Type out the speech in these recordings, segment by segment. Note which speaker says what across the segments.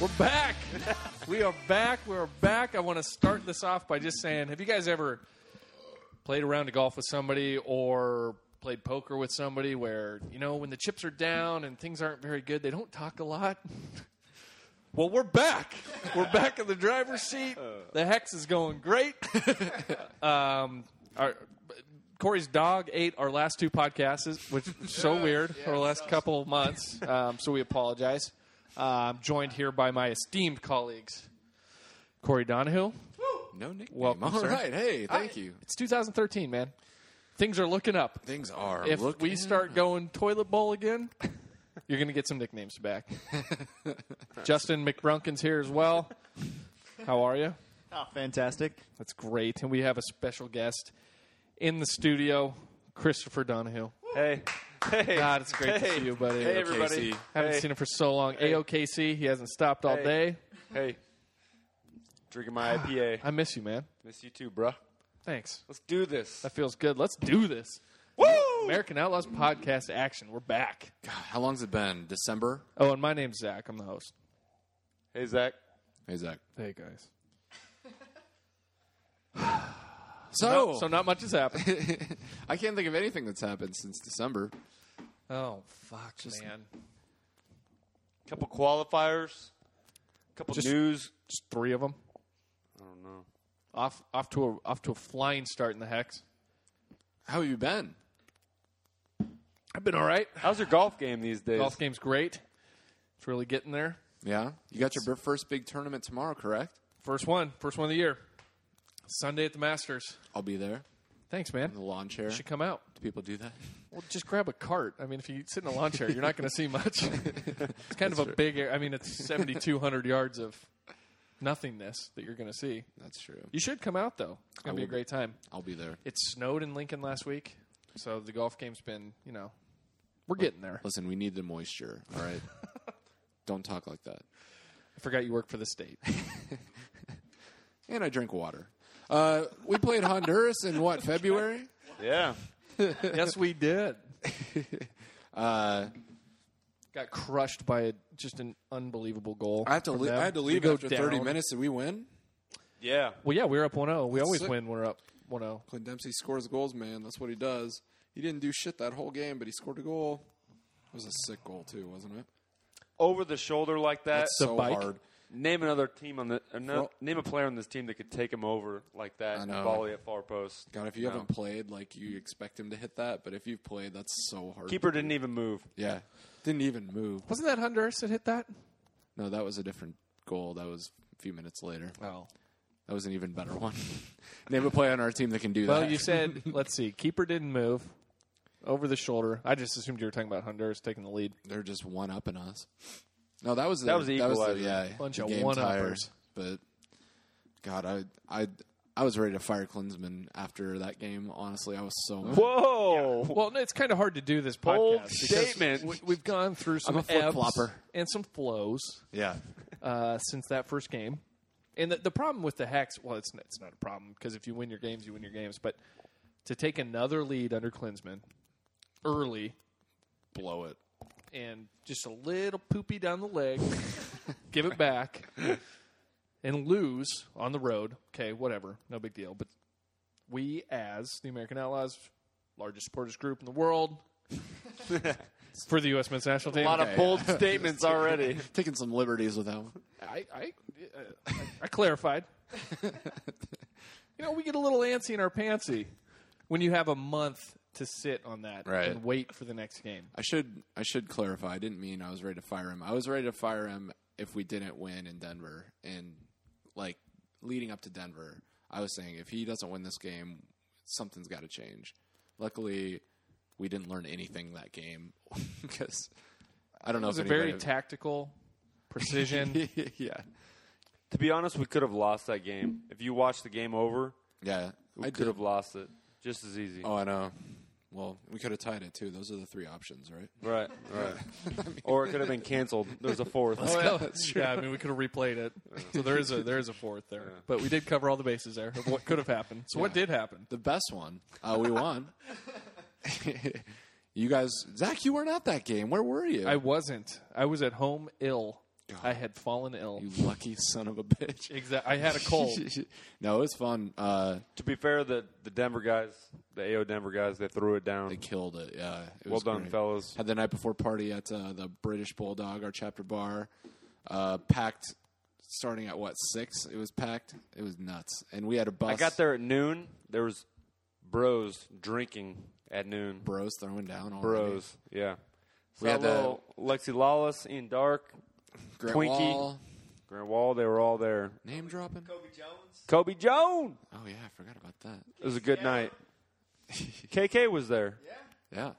Speaker 1: We're back. we are back. We're back. I want to start this off by just saying have you guys ever played a round of golf with somebody or played poker with somebody where, you know, when the chips are down and things aren't very good, they don't talk a lot? well, we're back. We're back in the driver's seat. The hex is going great. um, our, Corey's dog ate our last two podcasts, which is so weird, for the last couple of months. Um, so we apologize. Uh, I'm joined here by my esteemed colleagues, Corey Donahue.
Speaker 2: No nickname.
Speaker 1: Welcome,
Speaker 2: All
Speaker 1: sir.
Speaker 2: right. Hey, thank you.
Speaker 1: It's 2013, man. Things are looking up.
Speaker 2: Things are.
Speaker 1: If
Speaker 2: looking-
Speaker 1: we start going toilet bowl again, you're going to get some nicknames back. Justin McBrunkin's here as well. How are you?
Speaker 3: Oh, fantastic.
Speaker 1: That's great. And we have a special guest in the studio, Christopher Donahue.
Speaker 4: Hey. Hey.
Speaker 1: God, it's great to
Speaker 4: Hey.
Speaker 1: see you, buddy.
Speaker 4: Hey,
Speaker 1: I
Speaker 4: everybody.
Speaker 2: KC.
Speaker 1: haven't
Speaker 4: Hey.
Speaker 1: seen him for so long. AOKC, he hasn't stopped all
Speaker 4: Hey.
Speaker 1: day.
Speaker 4: Hey. Drinking my IPA.
Speaker 1: I miss you, man.
Speaker 4: Miss you too, bruh.
Speaker 1: Thanks.
Speaker 4: Let's do this.
Speaker 1: That feels good. Let's do this.
Speaker 4: Woo!
Speaker 1: American Outlaws Podcast Action. We're back.
Speaker 2: How long's it been? December?
Speaker 1: Oh, and my name's Zach. I'm the host.
Speaker 4: Hey, Zach.
Speaker 2: Hey, Zach.
Speaker 1: Hey, guys.
Speaker 2: So,
Speaker 4: Oh.
Speaker 1: so not much has happened.
Speaker 2: I can't think of anything that's happened since December.
Speaker 1: oh, fuck, man.
Speaker 4: Couple qualifiers. Couple
Speaker 1: Just-
Speaker 4: news.
Speaker 1: Just three of them.
Speaker 4: I don't know.
Speaker 1: Off, off to a off to a flying start in the hex.
Speaker 2: How have you been?
Speaker 1: I've been all right.
Speaker 4: How's your golf game these days?
Speaker 1: Golf game's great. It's really getting there.
Speaker 2: Yeah. You got your bir- first big tournament tomorrow, correct?
Speaker 1: First one, first one of the year. Sunday at the Masters.
Speaker 2: I'll be there
Speaker 1: Thanks, man.
Speaker 2: in the lawn chair.
Speaker 1: You should come out.
Speaker 2: Do people do that?
Speaker 1: Well, just grab a cart. I mean, if you sit in a lawn chair, you're not going to see much. it's kind of a big. ar- I mean, it's 7,200 yards of nothingness that you're going to see.
Speaker 2: That's true.
Speaker 1: You should come out though. It's going to be a
Speaker 2: will.
Speaker 1: great time.
Speaker 2: I'll be there.
Speaker 1: It snowed in Lincoln last week, so the golf game's been, you know, we're getting there.
Speaker 2: Listen, we need the moisture, all right? Don't talk like that.
Speaker 1: I forgot you work for the state.
Speaker 2: And I drink water. Uh, we played Honduras in what, February?
Speaker 4: Yeah.
Speaker 1: yes, we did.
Speaker 2: Uh,
Speaker 1: Got crushed by a, just an unbelievable goal.
Speaker 2: I, have to
Speaker 1: from
Speaker 2: le-
Speaker 1: them.
Speaker 2: I had to
Speaker 1: We
Speaker 2: leave
Speaker 1: go
Speaker 2: after 30
Speaker 1: down.
Speaker 2: minutes. Did we win?
Speaker 4: Yeah.
Speaker 1: Well, yeah, we were up 1-0. We always
Speaker 2: sick.
Speaker 1: win. when We're up 1-0.
Speaker 2: Clint Dempsey scores goals, man. That's what he does. He didn't do shit that whole game, but he scored a goal. It was a sick goal too, wasn't it?
Speaker 4: Over the shoulder like that.
Speaker 2: That's
Speaker 1: the
Speaker 2: so
Speaker 1: bike?
Speaker 2: hard.
Speaker 4: Name another team on the another,
Speaker 2: Well-
Speaker 4: name a player on this team that could take him over like that.
Speaker 2: I
Speaker 4: and
Speaker 2: know.
Speaker 4: Volley at far post.
Speaker 2: God, if you
Speaker 4: No.
Speaker 2: haven't played, like you expect him to hit that, but if you've played, that's so hard.
Speaker 4: Keeper didn't even move.
Speaker 2: yeah, didn't even move.
Speaker 1: Wasn't that Honduras that hit that?
Speaker 2: No, that was a different goal. That was a few minutes later.
Speaker 1: Oh.
Speaker 2: That was an even better one. Name a play on our team that can do
Speaker 1: Well,
Speaker 2: that.
Speaker 1: you said, let's see, keeper didn't move. Over the shoulder. I just assumed you were talking about Honduras taking the lead.
Speaker 2: they're just one up in us. No, that was the,
Speaker 4: That was the
Speaker 2: the-
Speaker 4: equalizer.
Speaker 2: yeah,
Speaker 1: Bunch
Speaker 2: the
Speaker 1: of
Speaker 2: game
Speaker 1: one-uppers.
Speaker 2: tires. But God, I I I was ready to fire Klinsman after that game. Honestly, I was so mad.
Speaker 4: Whoa.
Speaker 1: Well, no, it's kind of hard to do this podcast.
Speaker 4: Bold
Speaker 1: because
Speaker 4: statement.
Speaker 1: We, we've gone through some
Speaker 2: I'm a flip
Speaker 1: ebbs
Speaker 2: flopper.
Speaker 1: and some flows
Speaker 2: Yeah,
Speaker 1: uh, since that first game. And the, the problem with the Hex, well, it's, n- it's not a problem because if you win your games, you win your games. But to take another lead under Klinsman early
Speaker 2: blow it.
Speaker 1: and just a little poopy down the leg, give it back, and lose on the road. Okay, whatever, no big deal. But we, as the American Outlaws, largest supporters group in the world for the U.S. men's national team,
Speaker 4: a lot
Speaker 2: Okay.
Speaker 4: of bold statements already.
Speaker 2: Taking some liberties with that one.
Speaker 1: I, I, uh, I clarified. you know, we get a little antsy in our pantsy when you have a month to sit on that
Speaker 2: Right.
Speaker 1: and wait for the next game.
Speaker 2: I should I should clarify. I didn't mean I was ready to fire him. I was ready to fire him if we didn't win in Denver and like leading up to Denver. I was saying if he doesn't win this game, something's got to change. Luckily, we didn't learn anything that game because I don't know
Speaker 1: It was a
Speaker 2: if
Speaker 1: very
Speaker 2: anybody-
Speaker 1: tactical, precision.
Speaker 2: yeah
Speaker 4: To be honest, we could have lost that game. If you watch the game over,
Speaker 2: yeah.
Speaker 4: we could
Speaker 2: did-
Speaker 4: have lost it just as easy.
Speaker 2: Oh, I know. Well, we could have tied it too. Those are the three options, right?
Speaker 4: Right, right. or it could have been canceled. There's a fourth.
Speaker 1: Well, Oh, Yeah, I mean, we could have replayed it. So there is a there is a fourth there, but we did cover all the bases there of what could have happened. So what did happen?
Speaker 2: The best one. Uh, we won. you guys, Zach, you weren't at that game. Where were you?
Speaker 1: I wasn't. I was at home ill. I had fallen ill.
Speaker 2: You lucky son of a bitch.
Speaker 1: Exactly. I had a cold.
Speaker 2: no, it was fun. Uh,
Speaker 4: To be fair, the the Denver guys, the AO Denver guys, they threw it down.
Speaker 2: they killed it. Yeah, it
Speaker 4: well
Speaker 2: was
Speaker 4: done,
Speaker 2: great.
Speaker 4: fellas.
Speaker 2: Had the night before party at uh, the British Bulldog, our chapter bar. Uh, packed, starting at what six? It was packed. It was nuts, and we had a bus.
Speaker 4: I got there at noon. There was bros drinking at noon.
Speaker 2: Bros throwing down. Already.
Speaker 4: Bros, yeah. So
Speaker 2: We had the-
Speaker 4: little Lexi Lawless, Ian Dark,
Speaker 2: Grant
Speaker 4: Twinkie.
Speaker 2: Wall,
Speaker 4: Grant Wall. They were all there.
Speaker 2: name dropping.
Speaker 3: Kobe Jones.
Speaker 4: Kobe Jones.
Speaker 2: Oh yeah, I forgot about that.
Speaker 4: It was a good night. KK was there.
Speaker 3: Yeah.
Speaker 2: Yeah,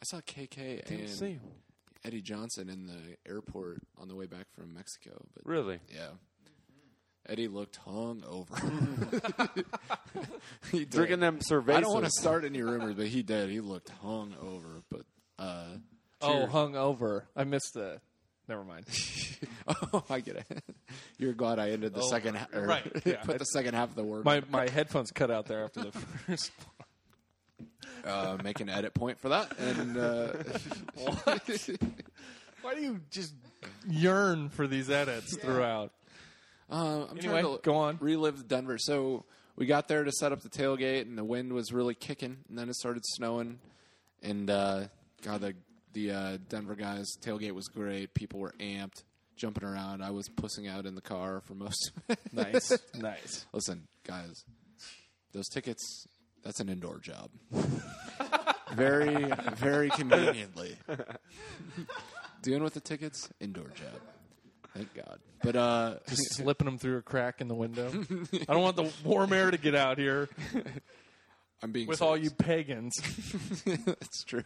Speaker 2: I saw KK and Eddie Johnson in the airport on the way back from Mexico. But
Speaker 4: Really?
Speaker 2: Yeah. Eddie looked hungover. he did.
Speaker 4: Drinking them cervezas.
Speaker 2: I don't want to start any rumors, but he did. He looked hungover. But uh,
Speaker 1: Oh, hung over. I missed the. Never mind.
Speaker 2: oh, I get it. You're glad I ended the
Speaker 1: Oh,
Speaker 2: second half.
Speaker 1: right, yeah.
Speaker 2: put the second half of the word.
Speaker 1: My my headphones cut out there after the first.
Speaker 2: uh, make an edit point for that. And uh,
Speaker 1: Why do you just yearn for these edits throughout?
Speaker 2: Um, I'm
Speaker 1: Anyway,
Speaker 2: trying to
Speaker 1: go on.
Speaker 2: relive Denver. So we got there to set up the tailgate, and the wind was really kicking, and then it started snowing. And uh, God, the the uh, Denver guys tailgate was great. People were amped, jumping around. I was pussing out in the car for most. of it.
Speaker 1: Nice, nice.
Speaker 2: Listen, guys, those tickets. That's an indoor job. very, very conveniently. Dealing with the tickets, indoor job. Thank God. But uh,
Speaker 1: Just slipping them through a crack in the window. I don't want the warm air to get out here
Speaker 2: I'm being
Speaker 1: with all
Speaker 2: serious.
Speaker 1: you pagans.
Speaker 2: That's true.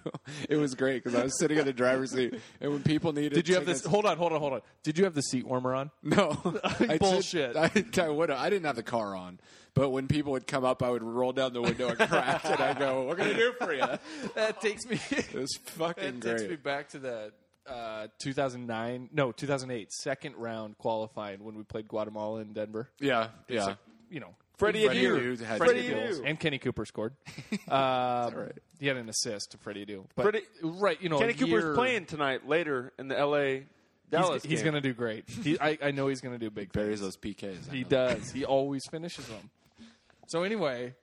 Speaker 2: It was great because I was sitting in the driver's seat, and when people needed,
Speaker 1: Did you have this?
Speaker 2: tickets-
Speaker 1: Hold on, hold on, hold on. Did you have the seat warmer on?
Speaker 2: No, I
Speaker 1: Bullshit.
Speaker 2: Did, I, I would. I didn't have the car on, but when people would come up, I would roll down the window and crack, and I go, "What can I do for you?" It
Speaker 1: That takes me.
Speaker 2: was fucking
Speaker 1: That takes me
Speaker 2: great.
Speaker 1: back to the uh, 2009, no, 2008, second round qualifying when we played Guatemala in Denver.
Speaker 2: Yeah, yeah.
Speaker 1: You know,
Speaker 4: Freddie
Speaker 2: Freddie
Speaker 4: Adu.
Speaker 2: Adu had
Speaker 4: Freddie
Speaker 2: two
Speaker 4: Adu.
Speaker 1: and Kenny Cooper scored. Uh,
Speaker 2: right?
Speaker 1: He had an assist to Freddie Adu. But
Speaker 4: Freddie-
Speaker 1: right, you know,
Speaker 4: Kenny
Speaker 1: a
Speaker 4: Cooper's
Speaker 1: year-
Speaker 4: playing tonight later in the LA Dallas.
Speaker 1: He's, he's
Speaker 4: game.
Speaker 1: going to do great. He, I, I know he's going to do big.
Speaker 2: Buries those PKs. I
Speaker 1: He
Speaker 2: know.
Speaker 1: does. He always finishes them. So anyway,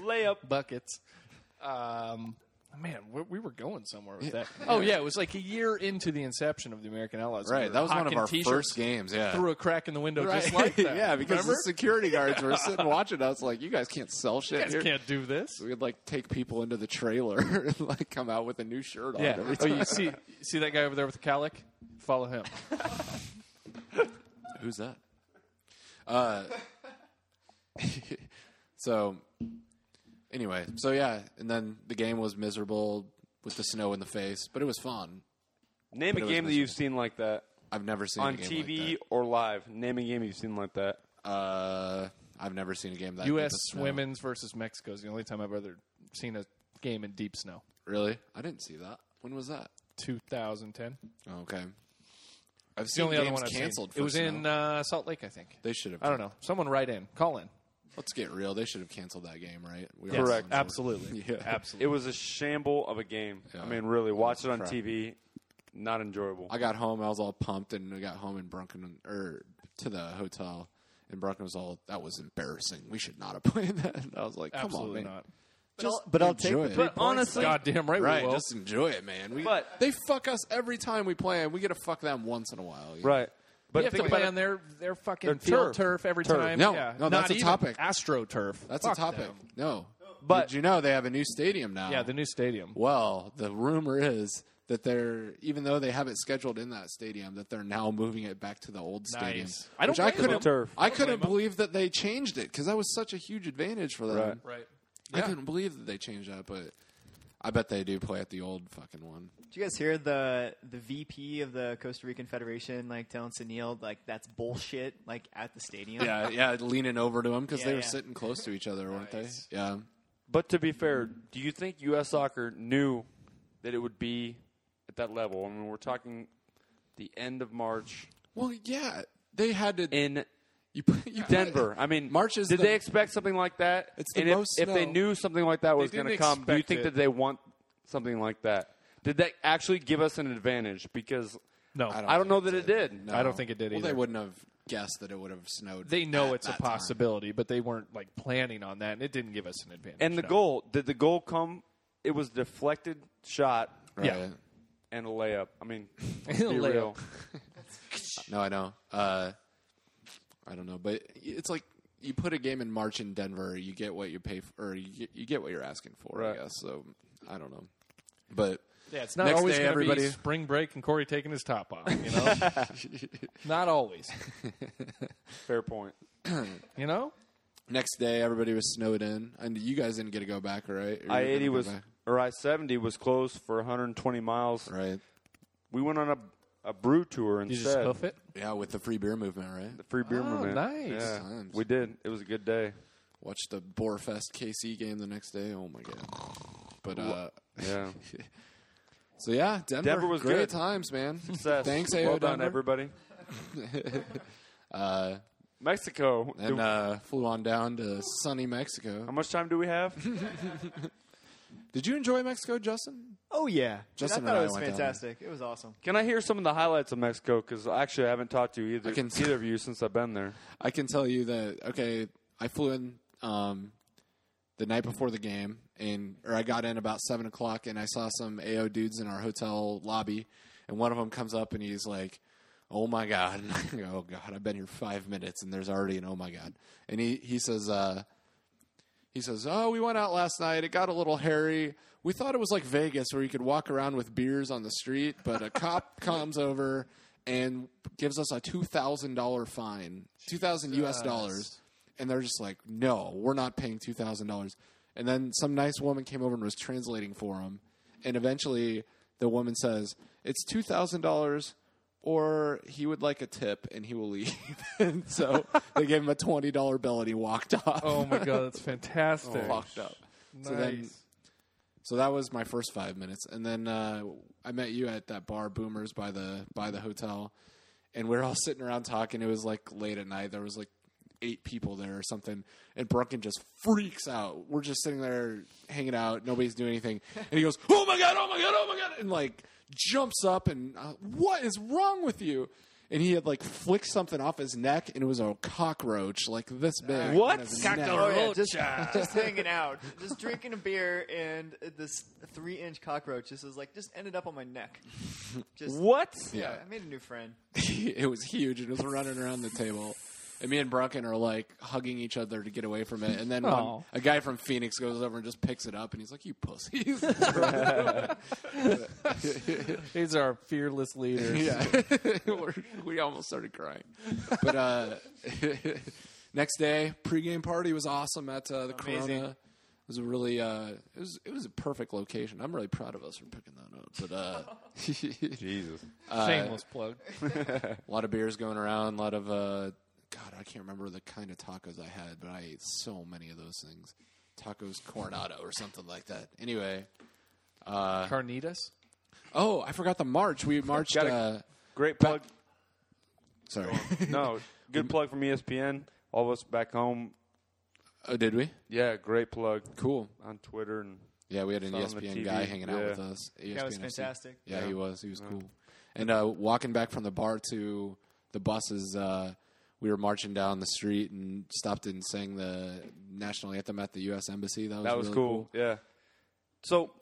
Speaker 4: layup.
Speaker 1: buckets. Um, man, we, we were going somewhere with that. Oh yeah, it was like a year into the inception of the American Outlaws. We
Speaker 2: Right,
Speaker 1: were
Speaker 2: that was one of
Speaker 1: hocking
Speaker 2: our
Speaker 1: t-shirts
Speaker 2: first games. Yeah,
Speaker 1: Through a crack in the window,
Speaker 2: right.
Speaker 1: just like that.
Speaker 2: yeah, because
Speaker 1: Remember?
Speaker 2: the security guards were sitting watching us, like, "You guys can't sell shit.
Speaker 1: you guys
Speaker 2: here."
Speaker 1: can't do this.
Speaker 2: We would like take people into the trailer and like come out with a new shirt on.
Speaker 1: Yeah.
Speaker 2: every
Speaker 1: Oh,
Speaker 2: time.
Speaker 1: you see, you see that guy over there with the calic? Follow him.
Speaker 2: Who's that? Uh, so, anyway, so yeah, and then the game was miserable with the snow in the face, but it was fun.
Speaker 4: Name a
Speaker 2: But it was
Speaker 4: game that you've seen like that
Speaker 2: I've never seen
Speaker 4: on
Speaker 2: a game
Speaker 4: TV
Speaker 2: Like
Speaker 4: or live. Name a game you've seen like that.
Speaker 2: that. Uh, I've never seen a game that deep
Speaker 1: U.S.
Speaker 2: in snow.
Speaker 1: Women's versus Mexico is the only time I've ever seen a game in deep snow.
Speaker 2: Really, I didn't see that. When was that?
Speaker 1: 2010.
Speaker 2: Okay, I've
Speaker 1: It's the
Speaker 2: seen
Speaker 1: only
Speaker 2: games
Speaker 1: other one I've
Speaker 2: canceled.
Speaker 1: seen. It
Speaker 2: for
Speaker 1: was
Speaker 2: snow.
Speaker 1: in uh, Salt Lake, I think.
Speaker 2: They should have.
Speaker 1: I don't know. Someone write in. Call in.
Speaker 2: Let's get real. They should have canceled that game, right? We
Speaker 1: Yes,
Speaker 2: all
Speaker 4: Correct.
Speaker 2: sound sort of-
Speaker 1: Absolutely.
Speaker 2: Yeah.
Speaker 1: Absolutely.
Speaker 4: It was a shamble of a game. I mean, really, watch it on TV. Not enjoyable.
Speaker 2: I got home. I was all pumped, and I got home in Brunken or to the hotel, and Brunken was all, "That was embarrassing. We should not have played that." And I was like, "Come
Speaker 1: Absolutely
Speaker 2: on, man.
Speaker 1: not.
Speaker 2: Just
Speaker 3: But I'll- but I'll
Speaker 2: enjoy
Speaker 3: take
Speaker 2: it.
Speaker 3: the
Speaker 1: But honestly, goddamn right,
Speaker 2: right,
Speaker 1: we will.
Speaker 2: just enjoy it, man. We,
Speaker 4: But-
Speaker 2: they fuck us every time we play, and we get to fuck them once in a while. you know?
Speaker 4: right. But
Speaker 1: you have to
Speaker 4: think
Speaker 1: play
Speaker 4: about
Speaker 1: on their their fucking
Speaker 4: Their
Speaker 1: field
Speaker 4: turf.
Speaker 1: turf, every
Speaker 4: Turf.
Speaker 1: time.
Speaker 2: No,
Speaker 1: yeah.
Speaker 2: no,
Speaker 1: Not
Speaker 2: that's a
Speaker 1: even
Speaker 2: topic.
Speaker 1: AstroTurf.
Speaker 2: That's
Speaker 1: Fuck
Speaker 2: a topic.
Speaker 1: them.
Speaker 2: No,
Speaker 4: But-
Speaker 2: did you know they have a new stadium now?
Speaker 1: Yeah, the new stadium.
Speaker 2: Well, the rumor is that they're even though they have it scheduled in that stadium, that they're now moving it back to the old stadium.
Speaker 1: Nice. I don't
Speaker 2: which I
Speaker 1: blame 'em.
Speaker 2: couldn't
Speaker 4: Turf.
Speaker 2: I couldn't believe that they changed it because that was such a huge advantage for them.
Speaker 4: Right.
Speaker 1: Right.
Speaker 2: I couldn't believe that they changed that, but I bet they do play at the old fucking one.
Speaker 3: Did you guys hear the the VP of the Costa Rican Federation like telling Sunil like that's bullshit like at the stadium?
Speaker 2: Yeah, yeah, leaning over to them because
Speaker 3: Yeah,
Speaker 2: they were
Speaker 3: yeah.
Speaker 2: sitting close to each other, weren't
Speaker 1: Nice.
Speaker 2: they? Yeah.
Speaker 4: But to be fair, do you think U.S. Soccer knew that it would be at that level? I mean, we're talking the end of March
Speaker 2: Well, yeah, they had to.
Speaker 4: in
Speaker 2: you, put- you put-
Speaker 4: Denver. I mean,
Speaker 2: March is
Speaker 4: Did
Speaker 2: the-
Speaker 4: they expect something like that?
Speaker 2: It's the
Speaker 4: and if,
Speaker 2: most
Speaker 4: if they
Speaker 2: snow.
Speaker 4: knew something like that was
Speaker 1: didn't
Speaker 4: going to come, do you
Speaker 1: expect
Speaker 4: think
Speaker 1: it.
Speaker 4: that they want something like that? Did that actually give us an advantage? Because
Speaker 1: No,
Speaker 2: I don't,
Speaker 4: I don't know that it did.
Speaker 1: I don't think it did
Speaker 2: Well,
Speaker 1: either.
Speaker 2: they wouldn't have guessed that it would have snowed.
Speaker 1: They know
Speaker 2: at
Speaker 1: it's a
Speaker 2: that time.
Speaker 1: possibility, but they weren't like planning on that, and it didn't give us an advantage.
Speaker 4: And the
Speaker 1: no.
Speaker 4: goal did the goal come? It was deflected shot
Speaker 2: Right.
Speaker 1: Yeah.
Speaker 4: and a layup. I mean,
Speaker 1: And
Speaker 4: be
Speaker 1: a layup.
Speaker 4: real.
Speaker 2: No, I know. Uh, I don't know, but it's like you put a game in March in Denver, you get what you pay for, or you get, you get what you're asking for.
Speaker 4: Right.
Speaker 2: I guess. So I don't know, but
Speaker 1: Yeah, it's not
Speaker 2: Next
Speaker 1: always
Speaker 2: day,
Speaker 1: going to be
Speaker 2: everybody-
Speaker 1: spring break and Corey taking his top off. You know, not always.
Speaker 4: fair point.
Speaker 1: You know,
Speaker 2: next day everybody was snowed in, and you guys didn't get to go back, right? Or you were
Speaker 4: I
Speaker 2: gonna
Speaker 4: eighty
Speaker 2: go
Speaker 4: was
Speaker 2: back?
Speaker 4: or I seventy was closed for 120 miles.
Speaker 2: right.
Speaker 4: We went on a a brew tour
Speaker 1: you
Speaker 4: instead.
Speaker 1: just hoof it.
Speaker 2: Yeah, with the free beer movement, right?
Speaker 4: The free beer
Speaker 1: Oh,
Speaker 4: movement.
Speaker 1: nice.
Speaker 4: Yeah,
Speaker 2: Times.
Speaker 4: we did. It was a good day.
Speaker 2: Watched the Boarfest KC game the next day. Oh my god! But uh,
Speaker 4: Yeah,
Speaker 2: so yeah, Denver,
Speaker 4: Denver was
Speaker 2: great
Speaker 4: good.
Speaker 2: times, man.
Speaker 4: Success.
Speaker 2: Thanks, AO
Speaker 4: well done,
Speaker 2: Denver.
Speaker 4: everybody.
Speaker 2: Uh,
Speaker 4: Mexico.
Speaker 2: and
Speaker 4: Do-
Speaker 2: uh, flew on down to sunny Mexico.
Speaker 4: how much time do we have?
Speaker 2: Did you enjoy Mexico, Justin?
Speaker 3: Oh yeah, Dude, I
Speaker 2: Justin
Speaker 3: thought
Speaker 2: and
Speaker 3: it
Speaker 2: I
Speaker 3: was
Speaker 2: went down
Speaker 3: fantastic. It was awesome.
Speaker 4: Can I hear some of the highlights of Mexico? Because actually, I haven't talked to either
Speaker 2: I can-
Speaker 4: either of you since I've been there.
Speaker 2: I can tell you that okay, I flew in um, the night before the game, and or I got in about seven o'clock, and I saw some AO dudes in our hotel lobby, and one of them comes up and he's like, "Oh my god, And I go, oh god, I've been here five minutes, and there's already an oh my god," and he he says. Uh, he says, "Oh, we went out last night. It got a little hairy. We thought it was like Vegas where you could walk around with beers on the street, but a cop comes over and gives us a $2,000 fine. 2,000 US dollars." And they're just like, "No, we're not paying $2,000." And then some nice woman came over and was translating for him. And eventually the woman says, "It's $2,000." Or he would like a tip, and he will leave. and so they gave him a twenty dollar bill, and he walked off
Speaker 1: Oh my god, that's fantastic.
Speaker 2: fucked up.
Speaker 1: Nice.
Speaker 2: So then- So that was my first five minutes, and then uh, I met you at that bar, Boomers, by the by the hotel, and we were all sitting around talking. It was like late at night. There was like eight people there or something, and Brunken just freaks out. We're just sitting there hanging out. Nobody's doing anything, and he goes, "Oh my god! Oh my god! Oh my god!" and like jumps up and uh, what is wrong with you? And he had like flicked something off his neck, and it was a cockroach like this big.
Speaker 4: What?
Speaker 2: on his neck.
Speaker 3: Oh, yeah, just, just hanging out, just drinking a beer, and this three-inch cockroach just was like just ended up on my neck. Just
Speaker 4: What?
Speaker 3: Yeah,
Speaker 2: Yeah.
Speaker 3: I made a new friend.
Speaker 2: it was huge and it was running around the table. And me and Brunken are like hugging each other to get away from it. And then
Speaker 1: Aw.
Speaker 2: one, a guy from Phoenix goes over and just picks it up and he's like, You pussies. yeah.
Speaker 1: He's our fearless leader.
Speaker 2: We're- we almost started crying. But uh, next day, pregame party was awesome at uh, the
Speaker 3: Amazing.
Speaker 2: Corona. It was a really uh, it was it was a perfect location. I'm really proud of us for picking that up. But uh,
Speaker 4: Jesus.
Speaker 1: Shameless plug.
Speaker 2: A lot of beers going around. A lot of uh, God, I can't remember the kind of tacos I had, but I ate so many of those things. Tacos Coronado or something like that. Anyway, Uh,
Speaker 1: Carnitas.
Speaker 2: oh, I forgot the march. We marched.
Speaker 4: Gotta-
Speaker 2: Uh,
Speaker 4: Great plug.
Speaker 2: sorry.
Speaker 4: no, good plug from E ESPN. All of us back home.
Speaker 2: oh, did we?
Speaker 4: Yeah, great plug
Speaker 2: Cool.
Speaker 4: on Twitter and
Speaker 2: Yeah, we had an E
Speaker 4: Saw him on
Speaker 2: ESPN
Speaker 4: TV.
Speaker 2: guy hanging out
Speaker 4: Yeah.
Speaker 2: with us. E ESPN
Speaker 3: That was fantastic.
Speaker 2: Yeah, he was. He was cool. And uh, walking back from the bar to the buses, uh, we were marching down the street and stopped and sang the national anthem at the U.S. Embassy. That was,
Speaker 4: that was
Speaker 2: really
Speaker 4: cool. Yeah. So,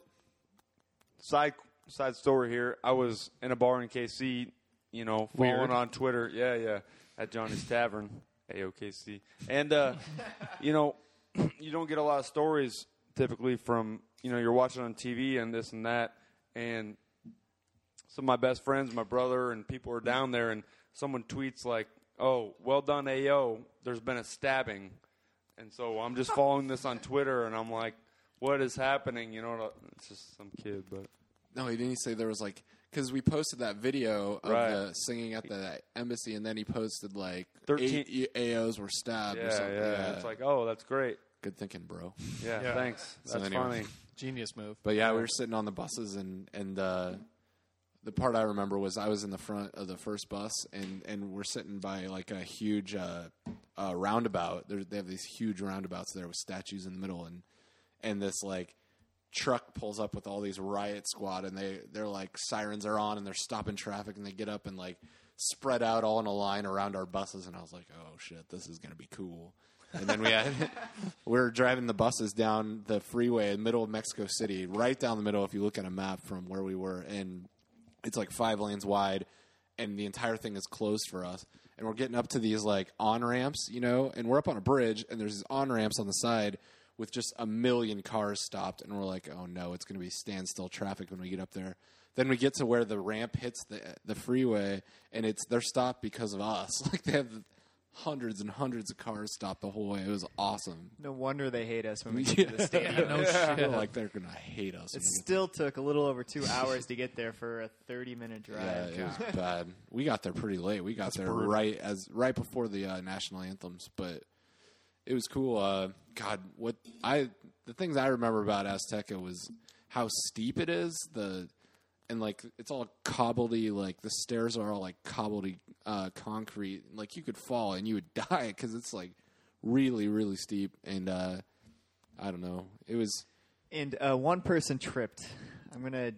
Speaker 4: side side story here. I was in a bar in KC. You know, following
Speaker 1: Weird.
Speaker 4: on Twitter. Yeah, yeah. At Johnny's Tavern, AOKC, and uh, you know, you don't get a lot of stories typically from you know you're watching on TV and this and that, and some of my best friends, my brother, and people are down there, and someone tweets like, "Oh, well done, AO. There's been a stabbing," and so I'm just following this on Twitter, and I'm like, "What is happening?" You know, it's just some kid, but
Speaker 2: No, he didn't say there was like because we posted that video of
Speaker 4: Right.
Speaker 2: the singing at the embassy, and then he posted like
Speaker 4: 13
Speaker 2: eight E- AOs were stabbed
Speaker 4: yeah,
Speaker 2: or
Speaker 4: yeah,
Speaker 2: something. Yeah.
Speaker 4: it's like, "Oh, that's great.
Speaker 2: good thinking, bro.
Speaker 4: Yeah,
Speaker 1: Yeah.
Speaker 4: thanks. That's
Speaker 2: So anyway.
Speaker 4: funny."
Speaker 1: Genius move.
Speaker 2: But yeah, we were sitting on the buses, and and uh, the part I remember was I was in the front of the first bus, and and we're sitting by like a huge uh, uh, roundabout. There, they have these huge roundabouts there with statues in the middle, and and this like truck pulls up with all these riot squad and they they're like sirens are on and they're stopping traffic and they get up and like spread out all in a line around our buses and I was like, "Oh shit, this is going to be cool." And then we had we were driving the buses down the freeway in the middle of Mexico City, right down the middle if you look at a map from where we were and it's like five lanes wide and the entire thing is closed for us and we're getting up to these like on ramps you know and we're up on a bridge and there's these on ramps on the side with just a million cars stopped and we're like oh no it's going to be standstill traffic when we get up there then we get to where the ramp hits the the freeway and it's they're stopped because of us like they have hundreds and hundreds of cars stopped the whole way it was awesome
Speaker 3: No wonder they hate us when we get to the stadium.
Speaker 2: Oh,
Speaker 1: No shit.
Speaker 2: We're like they're going to hate us
Speaker 3: It
Speaker 2: when we get
Speaker 3: still took a little over two hours to get there for a 30 minute
Speaker 2: Yeah,
Speaker 3: drive.
Speaker 2: it was bad. We got there pretty late. We got there right as right before the uh, national anthems, but it was cool. Uh, God, what I the things I remember about Azteca was how steep it is. The and like it's all cobbledy. Like the stairs are all like cobbledy uh, concrete. Like you could fall and you would die because it's like really really steep. And uh, I don't know. It was
Speaker 3: And uh, one person tripped. I'm going to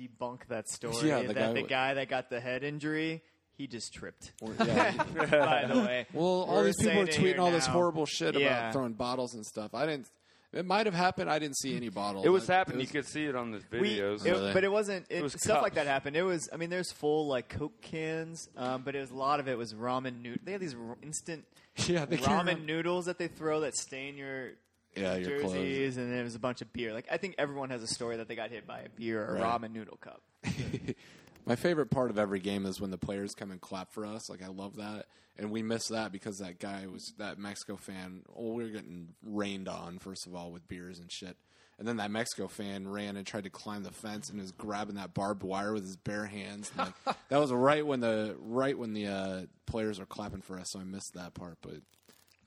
Speaker 3: debunk that story.
Speaker 2: Yeah, the
Speaker 3: that
Speaker 2: guy
Speaker 3: the
Speaker 2: w-
Speaker 3: guy that got the head injury, he just tripped.
Speaker 2: yeah,
Speaker 3: By the way.
Speaker 2: Well, all
Speaker 3: We're
Speaker 2: these people
Speaker 3: saying
Speaker 2: are
Speaker 3: it
Speaker 2: tweeting
Speaker 3: here
Speaker 2: all this
Speaker 3: now.
Speaker 2: horrible shit
Speaker 3: Yeah.
Speaker 2: about throwing bottles and stuff. I didn't. It might have happened. I didn't see any bottles.
Speaker 4: It was
Speaker 2: I-
Speaker 4: happening.
Speaker 2: was-
Speaker 4: You could see it on the
Speaker 3: We,
Speaker 4: videos.
Speaker 3: it-
Speaker 2: Really?
Speaker 3: but it wasn't it,
Speaker 4: was
Speaker 3: stuff like
Speaker 4: cups.
Speaker 3: that happened. It was, I mean, there's full like Coke cans, um, but it was a lot of it was ramen noodles. They had these r- instant
Speaker 2: yeah, they can't
Speaker 3: ramen
Speaker 2: remember-
Speaker 3: noodles that they throw that stain your
Speaker 2: Yeah, your clothes.
Speaker 3: jerseys, and then it was a bunch of beer. Like I think everyone has a story that they got hit by a beer or a
Speaker 2: Right.
Speaker 3: ramen noodle cup.
Speaker 2: My favorite part of every game is when the players come and clap for us. Like I love that, and we miss that because that guy was that Mexico fan. Oh, we were getting rained on first of all with beers and shit, and then that Mexico fan ran and tried to climb the fence and was grabbing that barbed wire with his bare hands. And, like, that was right when the right when the uh, players were clapping for us. So I missed that part, but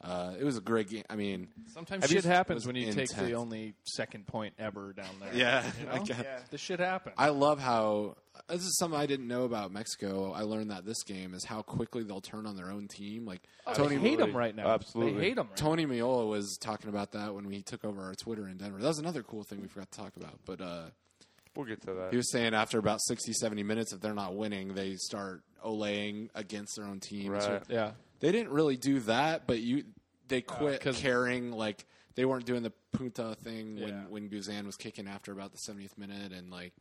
Speaker 2: uh, it was a great game. I mean,
Speaker 1: Sometimes
Speaker 2: Have you-
Speaker 1: shit happens
Speaker 2: was
Speaker 1: when you take
Speaker 2: intense.
Speaker 1: the only second point ever down there. You know?
Speaker 2: I guess.
Speaker 1: The shit happened.
Speaker 2: I love how uh, this is something I didn't know about Mexico. I learned that this game is how quickly they'll turn on their own team. Like
Speaker 1: Tony
Speaker 2: Tony
Speaker 1: Oh, hate them right now.
Speaker 4: Absolutely.
Speaker 1: They hate them. Right
Speaker 2: Tony Miola was talking about that when we took over our Twitter in Denver. That was another cool thing we forgot to talk about. But uh,
Speaker 4: We'll get to that.
Speaker 2: he was saying after about 60, 70 minutes, if they're not winning, they start olaying against their own team.
Speaker 4: Right.
Speaker 2: So-
Speaker 1: now. Yeah.
Speaker 2: they didn't really do that, but you they quit
Speaker 1: 'cause-
Speaker 2: caring. Like they weren't doing the punta thing
Speaker 1: Yeah.
Speaker 2: when when Guzan was kicking after about the 70th minute, and like